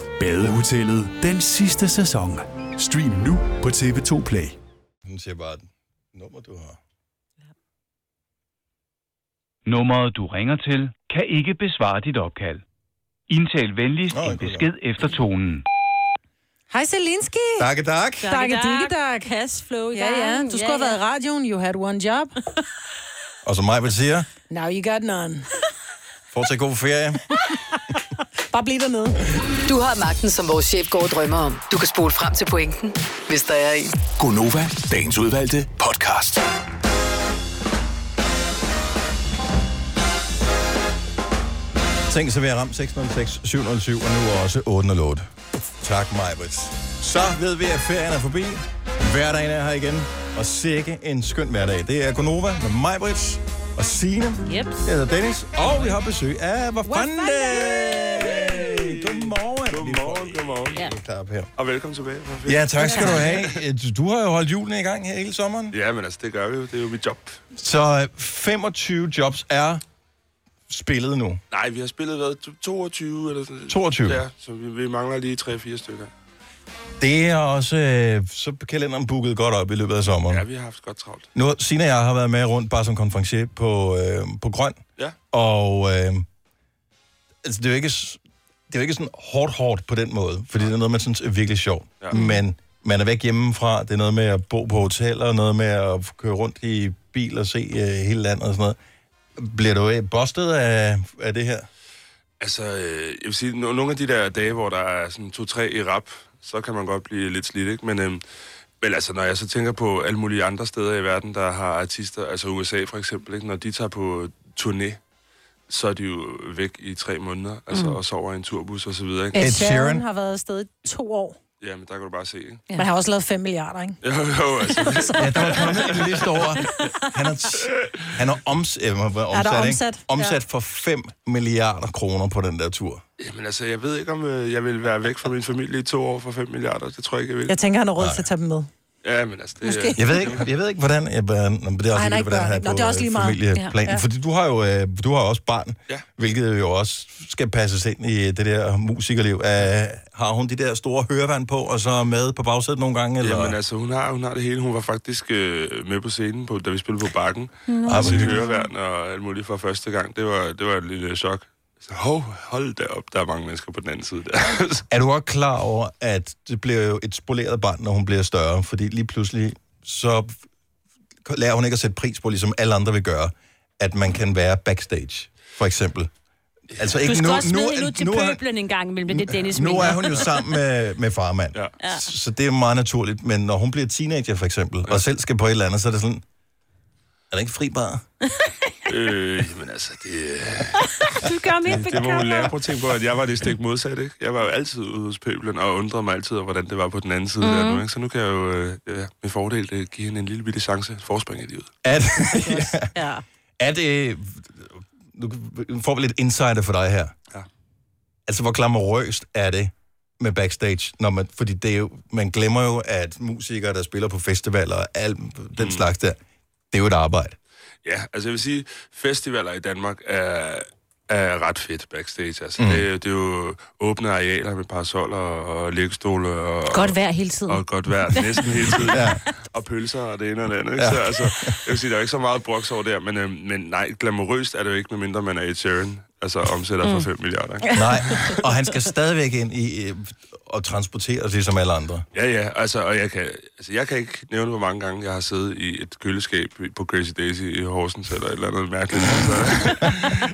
Badehotellet den sidste sæson. Stream nu på TV2 Play.
Hun siger bare, nummer du har.
Nummeret, du ringer til, kan ikke besvare dit opkald. Indtal venligst en besked efter tonen.
Hej, Selinski.
Dakke, dak.
Dakke, dikke, dak.
Cash flow i
Ja, ja.
gang.
Du skulle have været i radioen. You had one job.
Og som mig vil sige,
Now you got none.
fortsæt god ferie.
Bare bliv dernede.
Du har magten, som vores chef går og drømmer om. Du kan spole frem til pointen, hvis der er en.
Gonova, dagens udvalgte podcast.
Tænk, så vi har ramt 606, 707 og nu også 808. Tak, Majbrit. Så ved vi, at ferien er forbi. Hverdagen er her igen. Og sikke en skøn hverdag. Det er Gonova med Majbrit og Signe. Yep. Jeg hedder Dennis, og vi har besøg af Vafande. Godmorgen. Godmorgen,
godmorgen.
Ja. Klap her.
Og velkommen tilbage. fra ferie.
Ja, tak skal du have. Øh, du- Du har jo holdt julen i gang her hele sommeren.
Ja, men altså, det gør vi jo. Det er jo mit job.
Så øh, 25 jobs er spillet nu.
Nej, vi har spillet, hvad, 22 eller sådan
22?
Ja, så vi, vi mangler lige 3-4 stykker.
Det er også... Øh, så er kalenderen booket godt op i løbet af sommeren.
Ja, vi har haft godt travlt.
Nu, Sina og jeg har været med rundt bare som konferencier på, øh, på Grøn.
Ja.
Og øh, altså, det er jo ikke, s- det er jo ikke sådan hårdt hårdt på den måde, fordi det er noget, man synes er virkelig sjovt. Ja. Men man er væk hjemmefra, det er noget med at bo på hoteller, og noget med at køre rundt i bil og se øh, hele landet og sådan noget. Bliver du øh, bustet af, af det her?
Altså, øh, jeg vil sige, no- nogle af de der dage, hvor der er sådan to-tre i rap, så kan man godt blive lidt slidt, ikke? Men, øh, men altså, når jeg så tænker på alle mulige andre steder i verden, der har artister, altså USA for eksempel, ikke? når de tager på turné, så er de jo væk i tre måneder, altså,
Mm.
og sover i en turbus og så videre. Ikke?
Ed Sheeran har været afsted i to år.
Ja, men der kan du bare se, ikke?
Ja. Man har også lavet 5 milliarder, ikke?
Jo, jo,
(laughs)
altså.
(laughs) Ja, der var kommet en liste
(laughs)
over. Han har, han har oms, øh, hvad- omsat,
omsat?
Ikke? omsat for 5 milliarder kroner på den der tur.
Jamen altså, jeg ved ikke, om øh, jeg vil være væk fra min familie i to år for 5 milliarder. Det tror jeg ikke, jeg vil.
Jeg tænker, han har råd til at tage dem med.
Ja, men altså, det...
Måske.
Jeg ved ikke, jeg ved ikke hvordan... Jeg, bare, nå, men det er også
Ej, Øh, han har
ligegyldigt,
ikke
hvordan
børn.
han er
Nå,
på
det er også lige meget.
familieplanen.
Ja. Ja.
Fordi du har jo øh, du har også barn,
ja.
hvilket jo også skal passes ind i øh, det der musikerliv. Uh, har hun de der store hørevand på, og så med på bagsædet nogle gange? Eller?
Jamen altså, hun har, hun har det hele. Hun var faktisk øh, med på scenen, på, da vi spillede på Bakken.
Mm.
Nå.
Og sit
Ej, hvor
høreværn og alt muligt for første gang. Det var, det var et lille chok. Så hov, hold da op, der er mange mennesker på den anden
(laughs)
side der.
Er du også klar over, at det bliver jo et spoleret barn, når hun bliver større? Fordi lige pludselig, så lærer hun ikke at sætte pris på, ligesom alle andre vil gøre, at man kan være backstage, for eksempel. Altså
du
ikke
skal
nu,
nu, også
nu,
smide hende ud til
nu, er,
pøblen en gang imellem, men det er Dennis
nu
mener.
er hun jo sammen med, med farmand, (laughs) ja. så det er meget naturligt. Men når hun bliver teenager, for eksempel, og selv skal på et eller andet, så er det sådan, er det ikke fri bar?
øh, jamen altså, det...
(laughs) Du gør mig helt
Det må hun lære.
bekymret.
Prøv at tænke på, at jeg var det stik modsat, ikke? Jeg var jo altid ude hos pøblen og undrede mig altid over, hvordan det var på den anden side mm. der nu,
Mhm.
ikke? Så nu kan jeg jo øh, ja, med fordel øh, give hende en lille bitte chance at forspringe i livet.
Er det, ja. er det... Nu får vi lidt insider for dig her.
Ja.
Altså, hvor glamorøst er det med backstage? Når man, fordi det er jo, man glemmer jo, at musikere, der spiller på festivaler og alt den mm. slags der, det er jo et arbejde.
Ja, altså jeg vil sige, festivaler i Danmark er, er ret fedt backstage. Altså, mm.
Mm.
det, det er jo åbne arealer med parasoller og lægstole og...
Godt vejr hele tiden.
Og godt vejr næsten hele tiden.
(laughs) Ja.
ja. Og pølser og det ene og det andet. Ikke?
Ja.
Ja. Så, altså, jeg vil sige, der er jo ikke så meget broks over der, men, øh, men nej, glamourøst er det jo ikke, medmindre man er Ed Sheeran. Altså omsætter mm. for
Mm.
5 milliarder. Ikke?
Nej, og han skal stadigvæk ind i øh, og transportere sig som alle andre.
Ja, ja, altså, og jeg kan, altså, jeg kan ikke nævne, hvor mange gange jeg har siddet i et køleskab på Crazy Daisy i Horsens eller et eller andet mærkeligt.
(laughs)
Altså,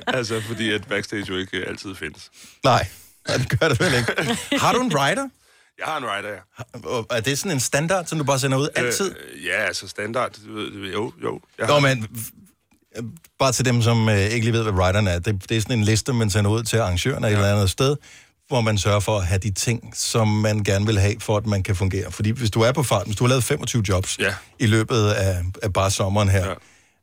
altså fordi at backstage jo ikke øh, altid findes.
Nej, det gør det vel ikke. Har du en rider?
(laughs) Jeg har en rider, ja.
Og Er det sådan en standard, som du bare sender ud altid?
Øh, ja, altså standard, du ved, du ved- jo, jo. Jeg
Nå, men øh, bare til dem, som øh, ikke lige ved, hvad rideren er. Det, det er sådan en liste, man sender ud til arrangørerne ja. et eller andet sted, hvor man sørger for at have de ting, som man gerne vil have, for at man kan fungere. Fordi hvis du er på farten, hvis du har lavet 25 jobs
Ja.
i løbet af, af bare sommeren her, ja.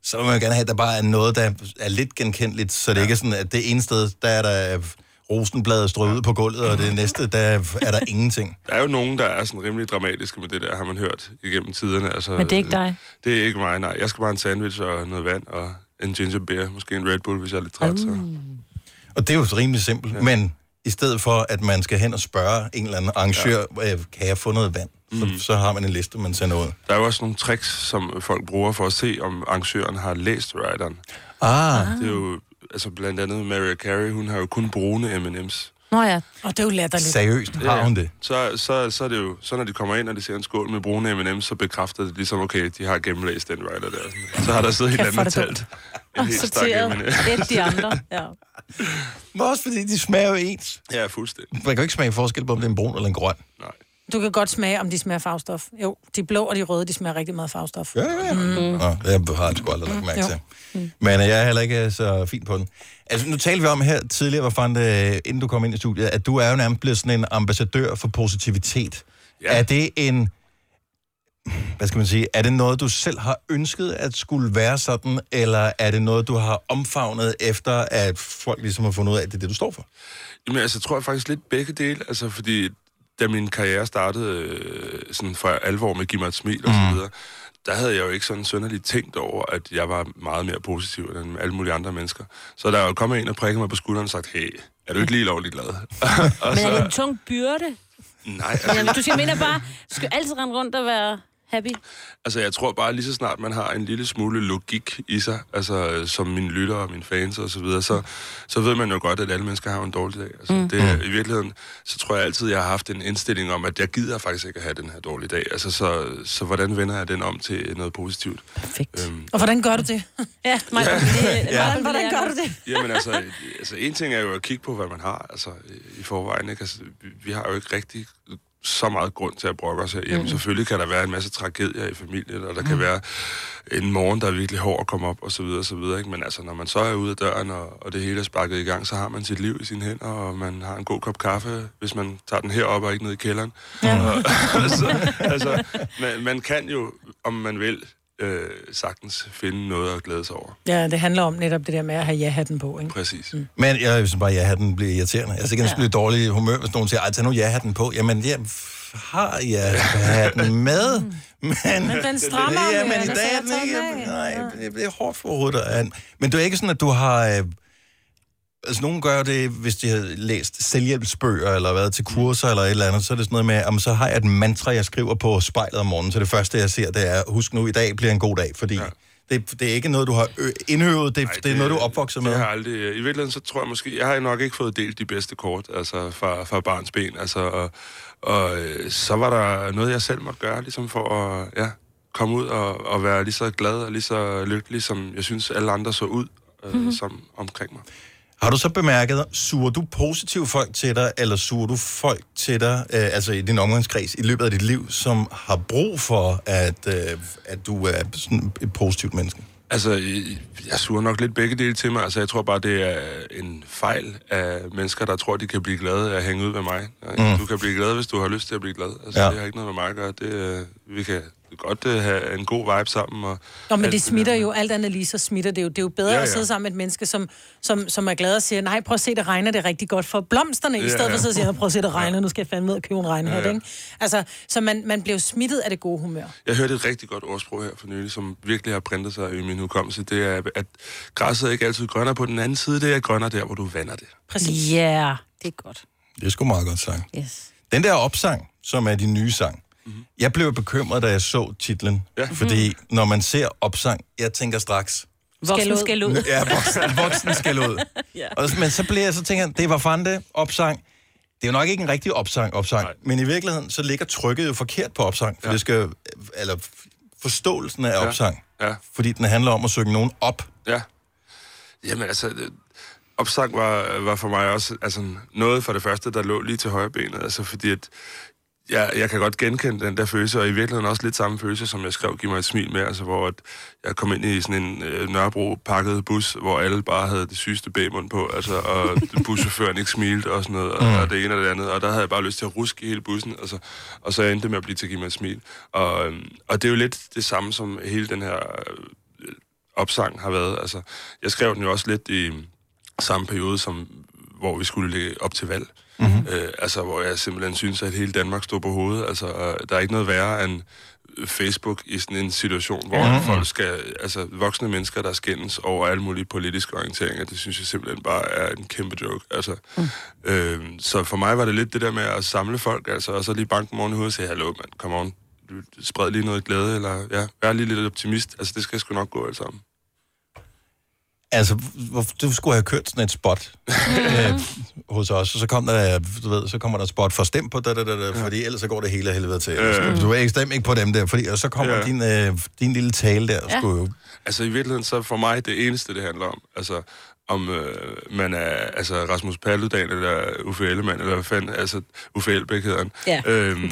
så vil man gerne have, at der bare er noget, der er lidt genkendeligt, så det ja. ikke er sådan, at det ene sted, der er der rosenbladet strøget ud på gulvet, og det næste, der er der ingenting.
Der er jo nogen, der er sådan rimelig dramatiske med det der, har man hørt igennem tiderne. Altså,
Men det er ikke dig.
Det er ikke mig, nej. Jeg skal bare have en sandwich og noget vand og en ginger beer, måske en Red Bull, hvis jeg er lidt træt. Så.
Uh. Og det er jo rimelig simpelt, Øh, ja. men i stedet for, at man skal hen og spørge en eller anden arrangør, ja. kan jeg få noget vand? Så, mm. så har man en liste, man sender ud.
Der er jo også nogle tricks, som folk bruger for at se, om arrangøren har læst rideren.
Ah.
Det er jo, altså blandt andet Mariah Carey, hun har jo kun brune M&M's.
Nå ja, og det er jo latterligt.
Ja. Så, så, så er det jo, så når de kommer ind, og de ser en skål med brune M&M's, så bekræfter det ligesom, okay, de har gennemlæst den rider der. Så har der siddet
Kæft,
helt
hvor er
andet
det dumt.
talt. En helt stak M&M's.
et de andre. Ja.
Men også fordi de smager jo ens.
Ja, fuldstændig.
Man kan jo ikke smage forskel på, om det er en brun eller en grøn.
Du kan godt smage, om de smager farvestof. Jo, de blå og de røde, de smager rigtig meget farvestof. Mm,
Ja, ja, ja. Mm. Nå, det har jeg sgu aldrig lagt mærke
Jo.
til. Men øh, jeg er heller ikke øh, så fin på den. Altså, nu talte vi om her tidligere, hvor fandt, øh, inden du kom ind i studiet, at du er jo nærmest blevet sådan en ambassadør for positivitet. Ja. Er det en... Hvad skal man sige? Er det noget, du selv har ønsket at skulle være sådan, eller er det noget, du har omfavnet efter, at folk ligesom har fundet ud af, at det er det, du står for?
Jamen, altså, tror jeg faktisk lidt begge dele, altså, fordi da min karriere startede øh, sådan for alvor med Giv mig et smil og så videre, der havde jeg jo ikke sådan sønderligt tænkt over, at jeg var meget mere positiv end alle mulige andre mennesker. Så der er jo kommet en og prikket mig på skulderen og sagt, hey, er du ikke lige lovligt glad? (laughs) og
Men er det en
så,
tung byrde?
nej,
Jamen,
altså,
du skal mener bare, du skal altid rende rundt og være happy.
altså, jeg tror bare, lige så snart man har en lille smule logik i sig, altså øh, som mine lyttere og mine fans og så videre, så, så ved man jo godt, at alle mennesker har en dårlig dag. Altså,
Mm.
mm. det, er- I virkeligheden, så tror jeg altid, jeg har haft en indstilling om, at jeg gider faktisk ikke at have den her dårlige dag. Altså, så, så hvordan vender jeg den om til noget positivt?
Perfekt.
Øhm,
Og hvordan gør du (laughs) det?
ja, mig, ja.
(laughs)
Ja.
Hvordan, hvordan gør du det?
jamen altså, altså, en ting er jo at kigge på, hvad man har altså, i- i forvejen. Ikke? Altså, vi, vi har jo ikke rigtig så meget grund til at brokke os herhjemme.
Mm.
Mm. Selvfølgelig kan der være en masse tragedier i familien, og der mm.
Mm.
kan være en morgen, der er virkelig hård at komme op, og så videre, og så videre. Ikke? Men altså, når man så er ude af døren, og, og det hele er sparket i gang, så har man sit liv i sine hænder, og man har en god kop kaffe, hvis man tager den herop og ikke ned i kælderen. Ja. Og, (laughs) altså, altså man, man kan jo, om man vil, øh, sagtens finde noget at glæde sig over.
Ja, det handler om netop det der med at have ja-hatten på, ikke?
Præcis. Mm.
Men jeg synes bare, at ja-hatten bliver irriterende. Altså, Jeg er sikkert, at blive dårlig humør, hvis nogen siger, ej, tag nu ja-hatten på. Jamen, jeg f- har ja-hatten
(laughs)
med, men...
Men den strammer
Ja,
mere,
men i
så
dag
jeg
er øh,
tager
den ikke...
den af.
Nej, det bliver hårdt for hovedet. og- Men det er ikke sådan, at du har... øh, Altså, nogen gør det, hvis de har læst selvhjælpsbøger, eller været til kurser, eller et eller andet, så er det sådan noget med, jamen, så har jeg et mantra, jeg skriver på spejlet om morgenen, så det første, jeg ser, det er, husk nu, i dag bliver en god dag, fordi ja. det, det, er ikke noget, du har ø- indøvet, det, Ej, det, det, er noget, du er opvokset med.
Jeg har aldrig, I virkeligheden, så tror jeg måske, jeg har nok ikke fået delt de bedste kort, altså fra, fra barns ben, altså, og, og øh, så var der noget, jeg selv måtte gøre, ligesom for at, ja, komme ud og, og være lige så glad og lige så lykkelig, som jeg synes, alle andre så ud, øh,
Mhm.
mm-hmm. som omkring mig.
Har du så bemærket, suger du positive folk til dig, eller suger du folk til dig, øh, altså i din omgangskreds, i løbet af dit liv, som har brug for, at, øh, at du er sådan et positivt menneske?
Altså, øh, jeg suger nok lidt begge dele til mig. Altså, jeg tror bare, det er en fejl af mennesker, der tror, de kan blive glade af at hænge ud med mig.
Mm.
Mm. Du kan blive glad, hvis du har lyst til at blive glad. Altså,
Ja.
ja. det har ikke noget med mig at gøre. Det, øh, vi kan godt øh, have en god vibe sammen. Og
Nå, men
alt
det
der.
smitter jo, alt andet lige, så smitter det jo. Det er jo bedre ja,
Ja,
ja. at
ja.
sidde sammen med et menneske, som, som, som er glad og siger, nej, prøv at se, det regner, det er rigtig godt for blomsterne, ja,
Ja,
i stedet for
ja.
at sidde og sige, "Nå, prøv at se, det regner, nu skal jeg fandme ud og købe en regnhat, ja,
Ja,
ja.
ja.
ikke? Altså, så man, man bliver jo smittet af det gode humør.
Jeg hørte et rigtig godt ordsprog her for nylig, som virkelig har printet sig i min hukommelse. Det er, at græsset er ikke altid grønnere på den anden side. Det er grønnere der, hvor du vander det.
Præcis.
Ja, yeah, det er godt.
Det er sgu meget godt sagt.
Yes.
Den der opsang, som er din nye sang, mm-hmm. jeg blev bekymret, da jeg så titlen, ja. fordi når man ser opsang, jeg tænker straks...
Voksen skal ud.
Ja, voksen, voksen skal (laughs) ud.
ja.
Og, men så bliver jeg så tænker, jeg, det var fandme opsang. Det er jo nok ikke en rigtig opsang, opsang. Nej. Men i virkeligheden, så ligger trykket jo forkert på opsang. For ja. det skal, eller forståelsen af
Ja.
opsang.
Ja.
Fordi den handler om at søge nogen op.
Ja. Jamen altså, det- opsang var, var for mig også altså, noget for det første, der lå lige til højre benet. Altså fordi at jeg, jeg kan godt genkende den der følelse, og i virkeligheden også lidt samme følelse, som jeg skrev Giv mig et smil med, altså hvor at jeg kom ind i sådan en øh, Nørrebro-pakket bus, hvor alle bare havde det sygeste bæmund på, altså, og (laughs) buschaufføren ikke smilte og sådan noget, og,
Mm.
og det ene og det andet, og der havde jeg bare lyst til at ruske i hele bussen, altså, og så endte det med at blive til Giv mig et smil. Og, øhm, og det er jo lidt det samme, som hele den her øh, opsang har været. Altså, jeg skrev den jo også lidt i samme periode, som hvor vi skulle ligge op til valg. Mm-hmm. Øh, altså, hvor jeg simpelthen synes, at hele Danmark stod på hovedet. Altså, og der er ikke noget værre end øh, Facebook i sådan en situation, hvor
Mhm.
mm-hmm. folk skal, altså voksne mennesker, der skændes over alle mulige politiske orienteringer, det synes jeg simpelthen bare er en kæmpe joke. Altså, mm. øh, så for mig var det lidt det der med at samle folk, altså, og så lige banke dem oven i hovedet og sige, hallo mand, come on, Du- spred lige noget glæde, eller ja, vær lige lidt optimist, altså det skal sgu nok gå alt sammen.
Altså, hvor, du skulle have kørt sådan et spot øh, hos os, og så, kom der, du ved, så kommer der et spot for stem på, da, da, da, da, fordi ellers så går det hele af helvede til.
Ja.
Øh. Du er ikke stem ikke på dem der, fordi, og så kommer
Ja.
din, øh, din lille tale der.
Ja.
Ja. Skulle, jo-
Altså i virkeligheden så er for mig det eneste, det handler om. Altså om øh, man er altså Rasmus Paludan eller Uffe Ellemann, eller hvad fanden, altså Uffe Elbæk hedder han.
Ja.
Øhm, (laughs)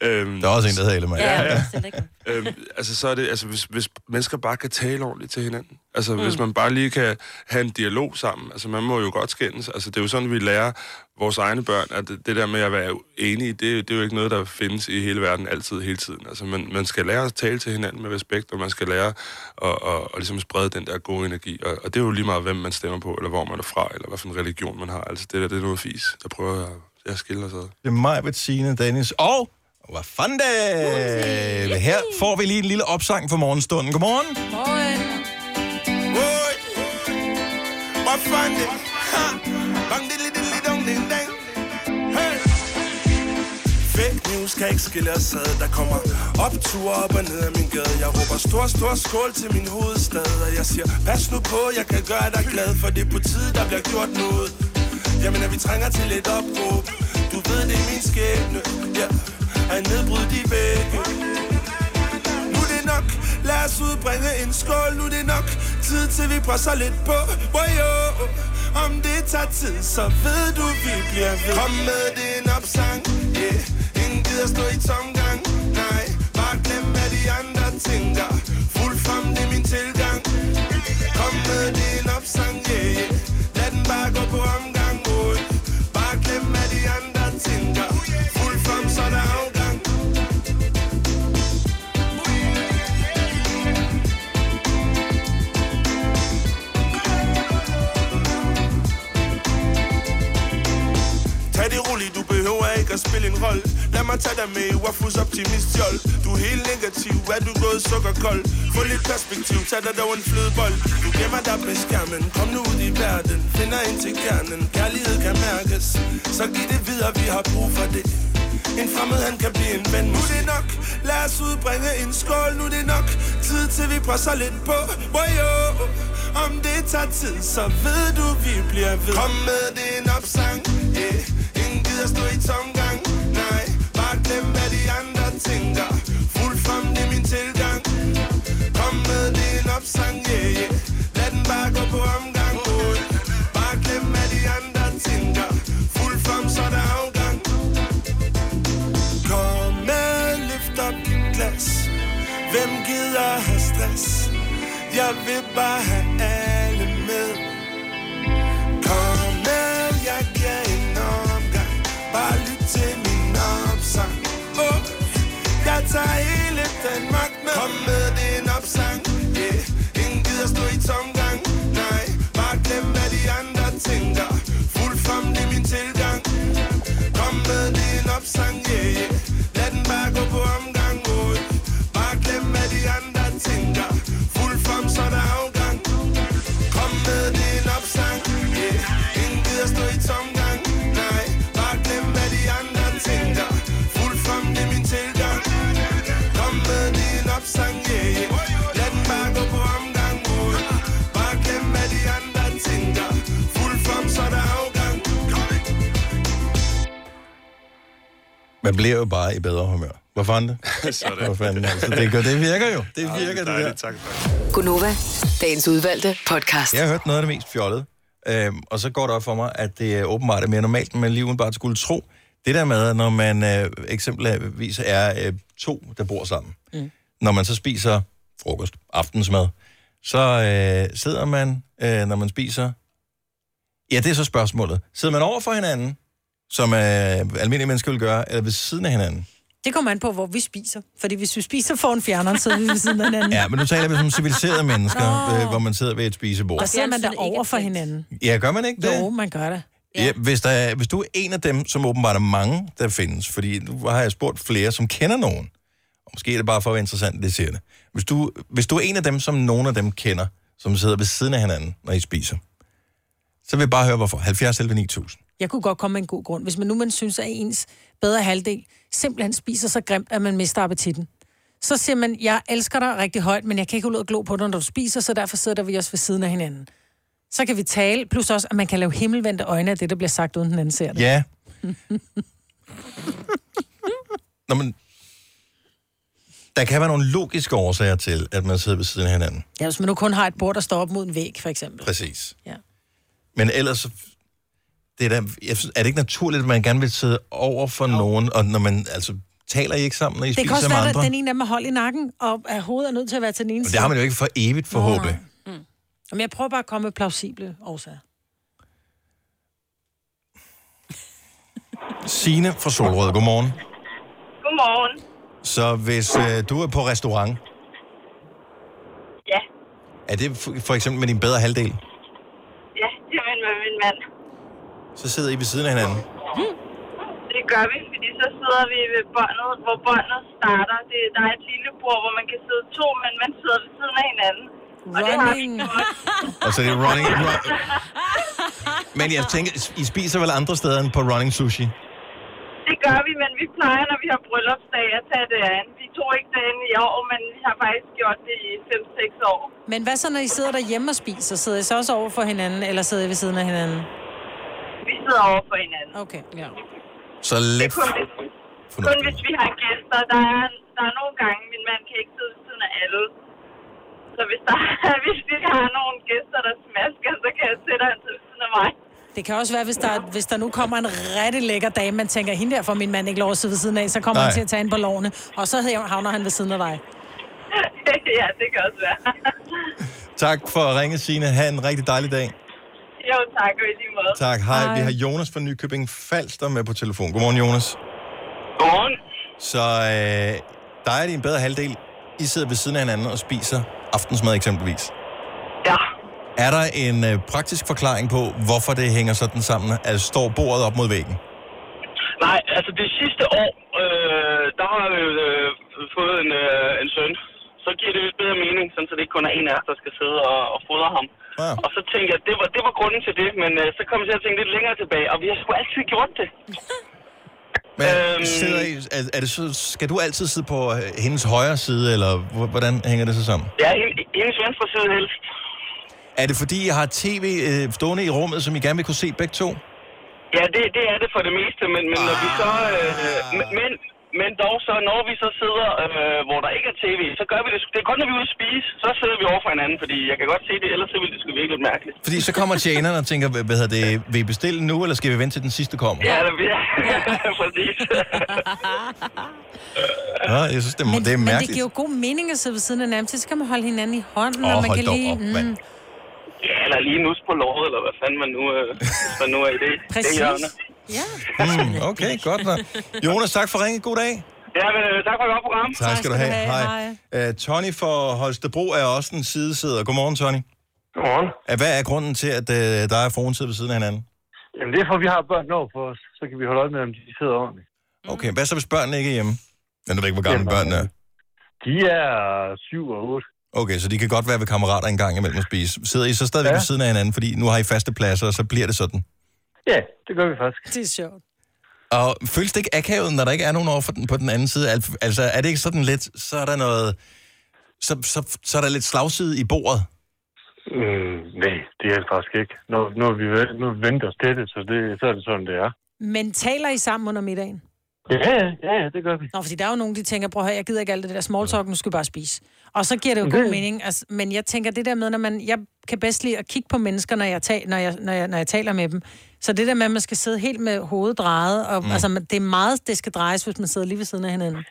øhm,
Der er også en, der hedder Ellemann.
Ja,
Ja,
ja. øhm, altså så er det, altså hvis, hvis mennesker bare kan tale ordentligt til hinanden, altså mm. hvis
Mm.
man bare lige kan have en dialog sammen, altså man må jo godt skændes, altså det er jo sådan, vi lærer vores egne børn, at det, det der med at være enige, det, det er jo ikke noget, der findes i hele verden altid, hele tiden. Altså man, man skal lære at tale til hinanden med respekt, og man skal lære og, og, og ligesom sprede den der gode energi. Og, og det er jo lige meget, hvem man stemmer på, eller hvor man er fra, eller hvad for en religion man har. Altså det der, det er noget fis. Der prøver jeg, jeg skiller sig.
Det er mig, Bettine, Dennis og... Hvad fanden da? Her får vi lige en lille opsang for morgenstunden. Godmorgen.
Oi. Hvad fanden det? Ha! Bang, diddly, diddly, dong, ding, dang. Hey! Fake news kan ikke skille os ad Der kommer opture op og ned af min gade Jeg råber stor, stor skål til min hovedstad Og jeg siger, pas nu på, jeg kan gøre dig glad For det er på tide, der bliver gjort noget Jamen, at vi trænger til lidt opråb Du ved, det er min skæbne Ja, at nedbryde de vægge nu er det nok Lad os udbringe en skål Nu er det nok Tid til vi presser lidt på Wojo. Om det tager tid Så ved du vi bliver ved Kom med din opsang yeah.
Ingen gider stå i tomgang, nej Bare glem hvad de andre tænker Fuld frem, det er min tilgang Kom med, det er en opsang, yeah, yeah. Lad den bare gå på omgang, boy Bare glem hvad de andre tænker Fuld frem, så er der afgang Tag det roligt, du behøver ikke at spille en rolle Lad mig tage dig med i Waffles optimistjol Du er helt negativ, er du gået sukkerkold Få lidt perspektiv, tag dig dog en flødebold Du gemmer dig med skærmen, kom nu ud i verden Finder ind til kernen, kærlighed kan mærkes Så giv det videre, vi har brug for det en fremmed han kan blive en ven Nu er det nok, lad os udbringe en skål Nu er det nok, tid til vi presser lidt på Boyo, om det tager tid, så ved du vi bliver ved Kom med, det er en opsang, yeah. Ingen gider stå i tomgang, nej Bare glem hvad de andre tænker Fuld frem, det er min tilgang Kom med, det er en opsang, yeah, yeah. Lad den bare gå på omgang, boy. Bare glem hvad de andre tænker Fuld frem, så er der afgang Kom med, løft op din glas Hvem gider have stress? Jeg vil bare have alle med Kom med, jeg giver en omgang Bare lyt til min opsang oh, Jeg tager hele Danmark med Kom med, det er en opsang yeah. Ingen gider stå i tomgang Nej, bare glem hvad de andre tænker Fuld frem, det er min tilgang Kom med, det er en opsang, yeah, yeah. Lad den bare gå på omgang, oh. Bare glem, hvad de andre tænker. Fuld frem, så er der afgang. Kom med, det er en opsang, yeah. Ingen gider stå i tomgang, nej. Bare glem, hvad de andre tænker. Fuld frem, det er min tilgang. Kom med, det er en opsang, yeah, yeah. Lad den bare gå på omgang, oh. Bare glem, hvad de andre tænker. Fuld frem, så er der afgang.
Man bliver jo bare i bedre humør. Hvor fanden det?
Sådan.
Hvor fanden, altså, det, gør- det virker jo. Det virker, det der.
Tak,
Gunova, dagens udvalgte podcast.
Jeg har hørt noget af det mest fjollede. Øhm, og så går det op for mig, at det er åbenbart er mere normalt, end man lige bare skulle tro. Det der med, at når man øh, eksempelvis er øh, to, der bor sammen.
Mm.
Når man så spiser frokost, aftensmad, så øh, sidder man, øh, når man spiser... Ja, det er så spørgsmålet. Sidder man over for hinanden, som øh, almindelige mennesker vil gøre, eller ved siden af
(laughs)
hinanden?
Det kommer an på, hvor vi spiser. Fordi hvis vi spiser foran fjerneren, så er vi ved siden af hinanden.
Ja, men nu taler vi som civiliserede mennesker,
Nå.
øh, hvor man sidder ved et spisebord.
Og så er man der over for hinanden.
Ja, gør man ikke det?
Jo, man gør det.
Ja. Ja, hvis, der er, hvis du er en af dem, som åbenbart er mange, der findes, fordi nu har jeg spurgt flere, som kender nogen, og måske er det bare for at være interessant, det siger det. Hvis du, hvis du er en af dem, som nogen af dem kender, som sidder ved siden af hinanden, når I spiser, så vil jeg bare høre, hvorfor. 70 11 9000.
Jeg kunne godt komme med en god grund. Hvis man nu man synes, at ens bedre halvdel simpelthen spiser så grimt, at man mister appetitten. Så siger man, jeg elsker dig rigtig højt, men jeg kan ikke holde ud at glo på dig, når du spiser, så derfor sidder vi også ved siden af hinanden. Så kan vi tale, plus også, at man kan lave himmelvendte øjne af det, der bliver sagt, uden den anden ser det.
Ja. (laughs) Nå, men, der kan være nogle logiske årsager til, at man sidder ved siden af hinanden.
Ja, hvis man nu kun har et bord, der står op mod en væg, for eksempel.
Præcis.
Ja.
Men ellers, så- det er, da, jeg synes, er det ikke naturligt, at man gerne vil sidde over for nogen, og når man, altså, taler I ikke sammen, når I
Det kan
spiser
også
med
være,
andre?
at den ene af dem er hold i nakken, og at hovedet er nødt til at være til den ene
Men det har man jo ikke for evigt, forhåbentlig.
Men jeg prøver bare at komme med plausible årsager.
Signe fra Solrød, godmorgen.
Godmorgen.
Så hvis øh, du er på restaurant,
Ja,
er det for, for eksempel med din bedre halvdel,
ja, det er min med min mand.
så sidder I ved siden af hinanden.
Det gør vi, fordi så sidder vi ved båndet, hvor båndet starter. Det, der er et lille bord, hvor man kan sidde to, men man sidder ved siden af hinanden. Og det har vi gjort.
Og så er det (laughs) running... Run... Men jeg tænker, I spiser vel andre steder end på running sushi?
(laughs) Det gør vi, men vi plejer, når vi har bryllupsdag, at tage det an. Vi tog ikke det ind i år, men vi har faktisk gjort det i 5-6 år.
Men hvad så, når I sidder derhjemme og spiser? Sidder I så også over for hinanden, eller sidder I ved siden af hinanden?
Vi sidder over for hinanden.
Okay, ja.
Så lidt...
Kun hvis, kun hvis vi har gæster. Der er, der er nogle gange, min mand kan ikke sidde ved siden af alle. (laughs) Så hvis, der, hvis vi har nogle gæster, der smasker, så kan jeg sætte ham til ved siden af mig.
Det kan også være, hvis der, hvis der nu kommer en rigtig lækker dame, man tænker, hende der får min mand ikke lov at sidde ved siden af, så kommer
Nej.
Nej. han til at tage ind på lovene, og så hæv- havner han ved siden af dig.
(laughs)
ja, det kan også være.
Tak for at ringe, Signe. Ha' en rigtig dejlig dag.
Jo, tak. Og i lige måde.
Tak. Hej. Vi har Jonas fra Nykøbing Falster med på telefon. Godmorgen, Jonas.
Godmorgen.
Så øh, dig og din bedre halvdel, I sidder ved siden af hinanden og spiser aftensmad eksempelvis.
Ja.
Er der en øh, praktisk forklaring på, hvorfor det hænger sådan sammen, at står bordet op mod væggen?
Nej, altså det sidste år, øh, der har vi øh, fået en, øh, en søn. Så giver det lidt bedre mening, sådan, så det ikke kun er en af os, der skal sidde og, og fodre ham.
Ja.
Og så tænkte jeg, det var, det var grunden til det, men øh, så kom jeg til at tænke lidt længere tilbage, og vi har sgu altid gjort det.
Men
Øhm.
sidder I, er, er det så, skal du altid sidde på øh, hendes højre side, eller h- hvordan hænger det så sammen?
Ja, hende- hendes venstre side helst.
Er det fordi, I har tv øh, stående i rummet, som I gerne vil kunne se begge to?
Ja, det, det er det for det meste, men, men når vi så... Øh, men- men, men dog så, når vi så sidder, øh, hvor der ikke er tv, så gør vi det. sgu- Det er kun, når vi er ude at spise, så sidder vi over for hinanden, fordi jeg kan godt se det, ellers så ville det sgu virke lidt mærkeligt.
Fordi så kommer tjeneren og tænker, hvad hvad hedder det, vil I bestille nu, eller skal vi vente til den sidste kommer?
Ja, det bliver... Præcis.
Nå, jeg synes, det, men, det er
Men det
mærkeligt.
giver jo god mening at sidde ved siden af hinanden, så skal man holde hinanden i hånden,
Åh,
og man
hold
kan
dog
lige...
op,
mm,
Ja, eller lige nus på låret, eller hvad fanden man nu,
(laughs)
øh, hvis man nu er i det.
Præcis.
Det hjørne.
Mm, okay, godt nok. Jonas, tak for ringen. God dag.
Ja, men øh, tak for et godt program.
Tak skal du have. Hej. Uh, Tony fra Holstebro er også en sidesidder. Godmorgen, Tony.
Godmorgen.
Uh, hvad er grunden til, at uh, der er fruen sidder ved siden af hinanden?
Jamen, det er for, vi har børn over for os. Så kan vi holde øje med, om de sidder ordentligt.
Okay, hvad så, hvis børnene ikke er hjemme? Men du ved ikke, hvor gamle børnene er.
De er 7 og 8.
Okay, så de kan godt være ved kammerater en gang imellem og spise. Sidder I så stadigvæk ja.
Ja.
ved siden af hinanden, fordi nu har I faste pladser, og så bliver det sådan.
Ja, det gør vi faktisk.
Det er sjovt.
Og føles det ikke akavet, når der ikke er nogen over for den, på den anden side? Al- Altså, er det ikke sådan lidt, så er der noget... Så, så, så er der lidt slagside i bordet?
Mm, nej, det er det faktisk ikke. Når, når vi nu venter os til det, så, det, så er det sådan, det er.
Men taler I sammen under middagen?
Ja, ja, ja, det gør vi.
Nå, fordi der er jo nogen, de tænker, prøv at høre, jeg gider ikke alt det der small talk, nu skal vi bare spise. Og så giver det jo
Det-
god mening. Altså, men jeg tænker, det der med, når man, jeg kan bedst lide at kigge på mennesker, når jeg, tal, når, jeg, når, jeg, når jeg taler med dem. Så det der med, at man skal sidde helt med hovedet drejet, og,
Mm.
mm. altså, man- det er meget, det skal drejes, hvis man sidder lige ved siden af hinanden.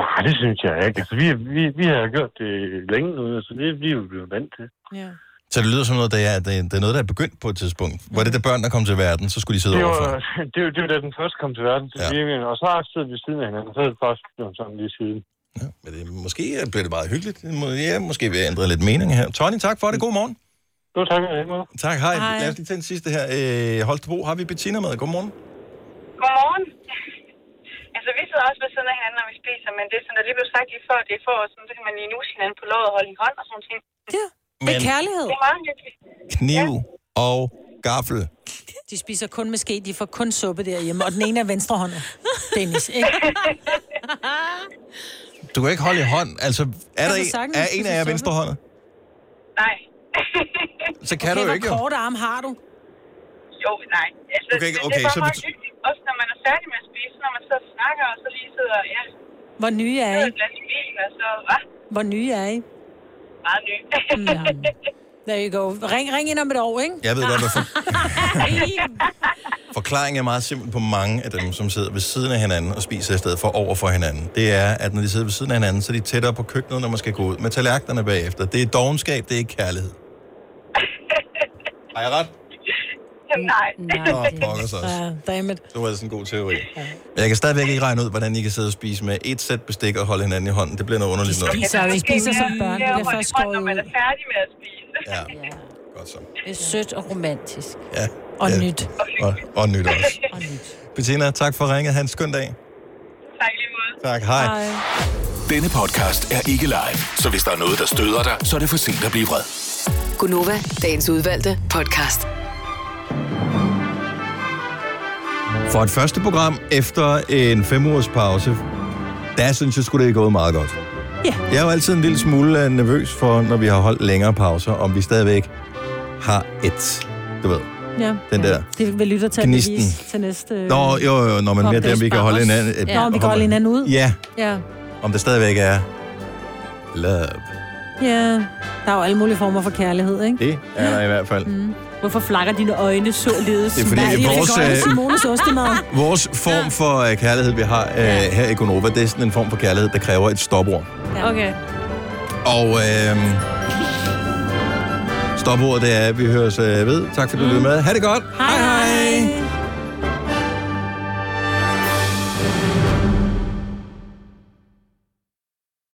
Nej, det synes jeg ikke. Altså, vi, vi, vi har gjort det længe nu, så det er vi jo blevet vant til.
Ja.
Så det lyder som noget, der er, det, det er noget, der er begyndt på et tidspunkt. Var det, da børnene kom til verden, så skulle de sidde
Det var,
overfor.
(laughs) det, var, det var da den første kom til verden, så ja. vi, og så har vi siddet ved siden af hinanden, så er det faktisk blevet sådan lige siden.
Men det, måske bliver det meget hyggeligt. Må- Ja, måske vil jeg ændre lidt mening her. Tony, tak for det. God morgen.
Jo, tak.
Tak, hej. hej.
Hej.
Lad os lige tage den sidste her. Øh, Holstebro, har vi Bettina med? Godmorgen.
Godmorgen. Altså, vi sidder også ved siden af hinanden, når vi spiser, men det er sådan, der lige blev sagt lige før, det er for, sådan, så kan man lige nuse hinanden på låret og holde i hånd og sådan ting.
Ja,
det er Men-
kærlighed.
Det er meget hyggeligt.
Kniv og gaffel.
De spiser kun med ske, de får kun suppe derhjemme, og den ene er venstre hånd. Dennis, ikke?
Du kan ikke holde i hånd. Altså, er, der
Altså,
en,
sagtens,
er
hvis
en
du
af jer
suppe.
venstrehåndet? Så kan
okay,
du jo
hvor
ikke, jo.
korte arme har du?
Jo, nej. Altså,
Okay,
men
okay,
det er
så
bare meget
bet-
hyggeligt, også når man er færdig med at spise, når man så snakker, og så lige sidder, ja,
Hvor nye er
sidder
I?
et glas i bilen, og så, ah,
Hvor nye er I? Mm,
meget ny.
Ja. There you go. Ring, ring ind om et år, ikke?
Jeg ved godt, hvad
(laughs)
for... Forklaringen er meget simpel på mange af dem, som sidder ved siden af hinanden og spiser i stedet for over for hinanden. Det er, at når de sidder ved siden af hinanden, så er de tættere på køkkenet, når man skal gå ud med tallerkenerne bagefter. Det er dogenskab, det er ikke kærlighed. Har jeg ret?
Mm, nej.
Nå, pokker så også.
Mm, Ja, dammit.
Det var sådan en god teori. Men jeg kan stadigvæk ikke regne ud, hvordan I kan sidde og spise med et sæt bestik og holde hinanden i hånden. Det bliver noget underligt noget.
spiser jo ikke. Spiser som børn. Det bliver først skåret
når man er færdig med at spise.
Ja.
Godt
så.
Det er sødt og
(laughs)
romantisk.
Ja.
Og
ja.
nyt.
Og, og nyt også. Bettina, tak for ringet. Ha' en skøn dag.
Tak lige måde.
Tak, hej.
hej.
Denne podcast er ikke live, så hvis der er noget, der støder dig, så er det for sent at blive vred.
Gunova, dagens udvalgte podcast.
For et første program efter en fem ugers pause, der synes jeg skulle det er gået meget godt.
Ja.
Jeg er jo altid en lille smule øh, nervøs for, når vi har holdt længere pauser, om vi stadigvæk har et, du ved,
Ja.
den der.
Det vil lytter til at
Gnisten.
bevise til næste...
Nå, jo, jo, når man mere der, om vi kan holde hinanden.
Ja. Nå, om vi kan holde hinanden ud.
Ja,
Ja.
om der stadigvæk er love.
ja. Der er jo alle mulige former for kærlighed, ikke?
Det er der i hvert fald.
Mm. Hvorfor flakker dine øjne således?
Det er fordi, at vores, øh,
Simones (laughs) ostemad.
Vores form for øh, kærlighed, vi har øh, her i Gonova, det er sådan en form for kærlighed, der kræver et stopord.
Okay.
Og øh, stopordet det er, at vi høres øh, ved. Tak fordi du lyttede med. Ha' det godt.
Hej, hej.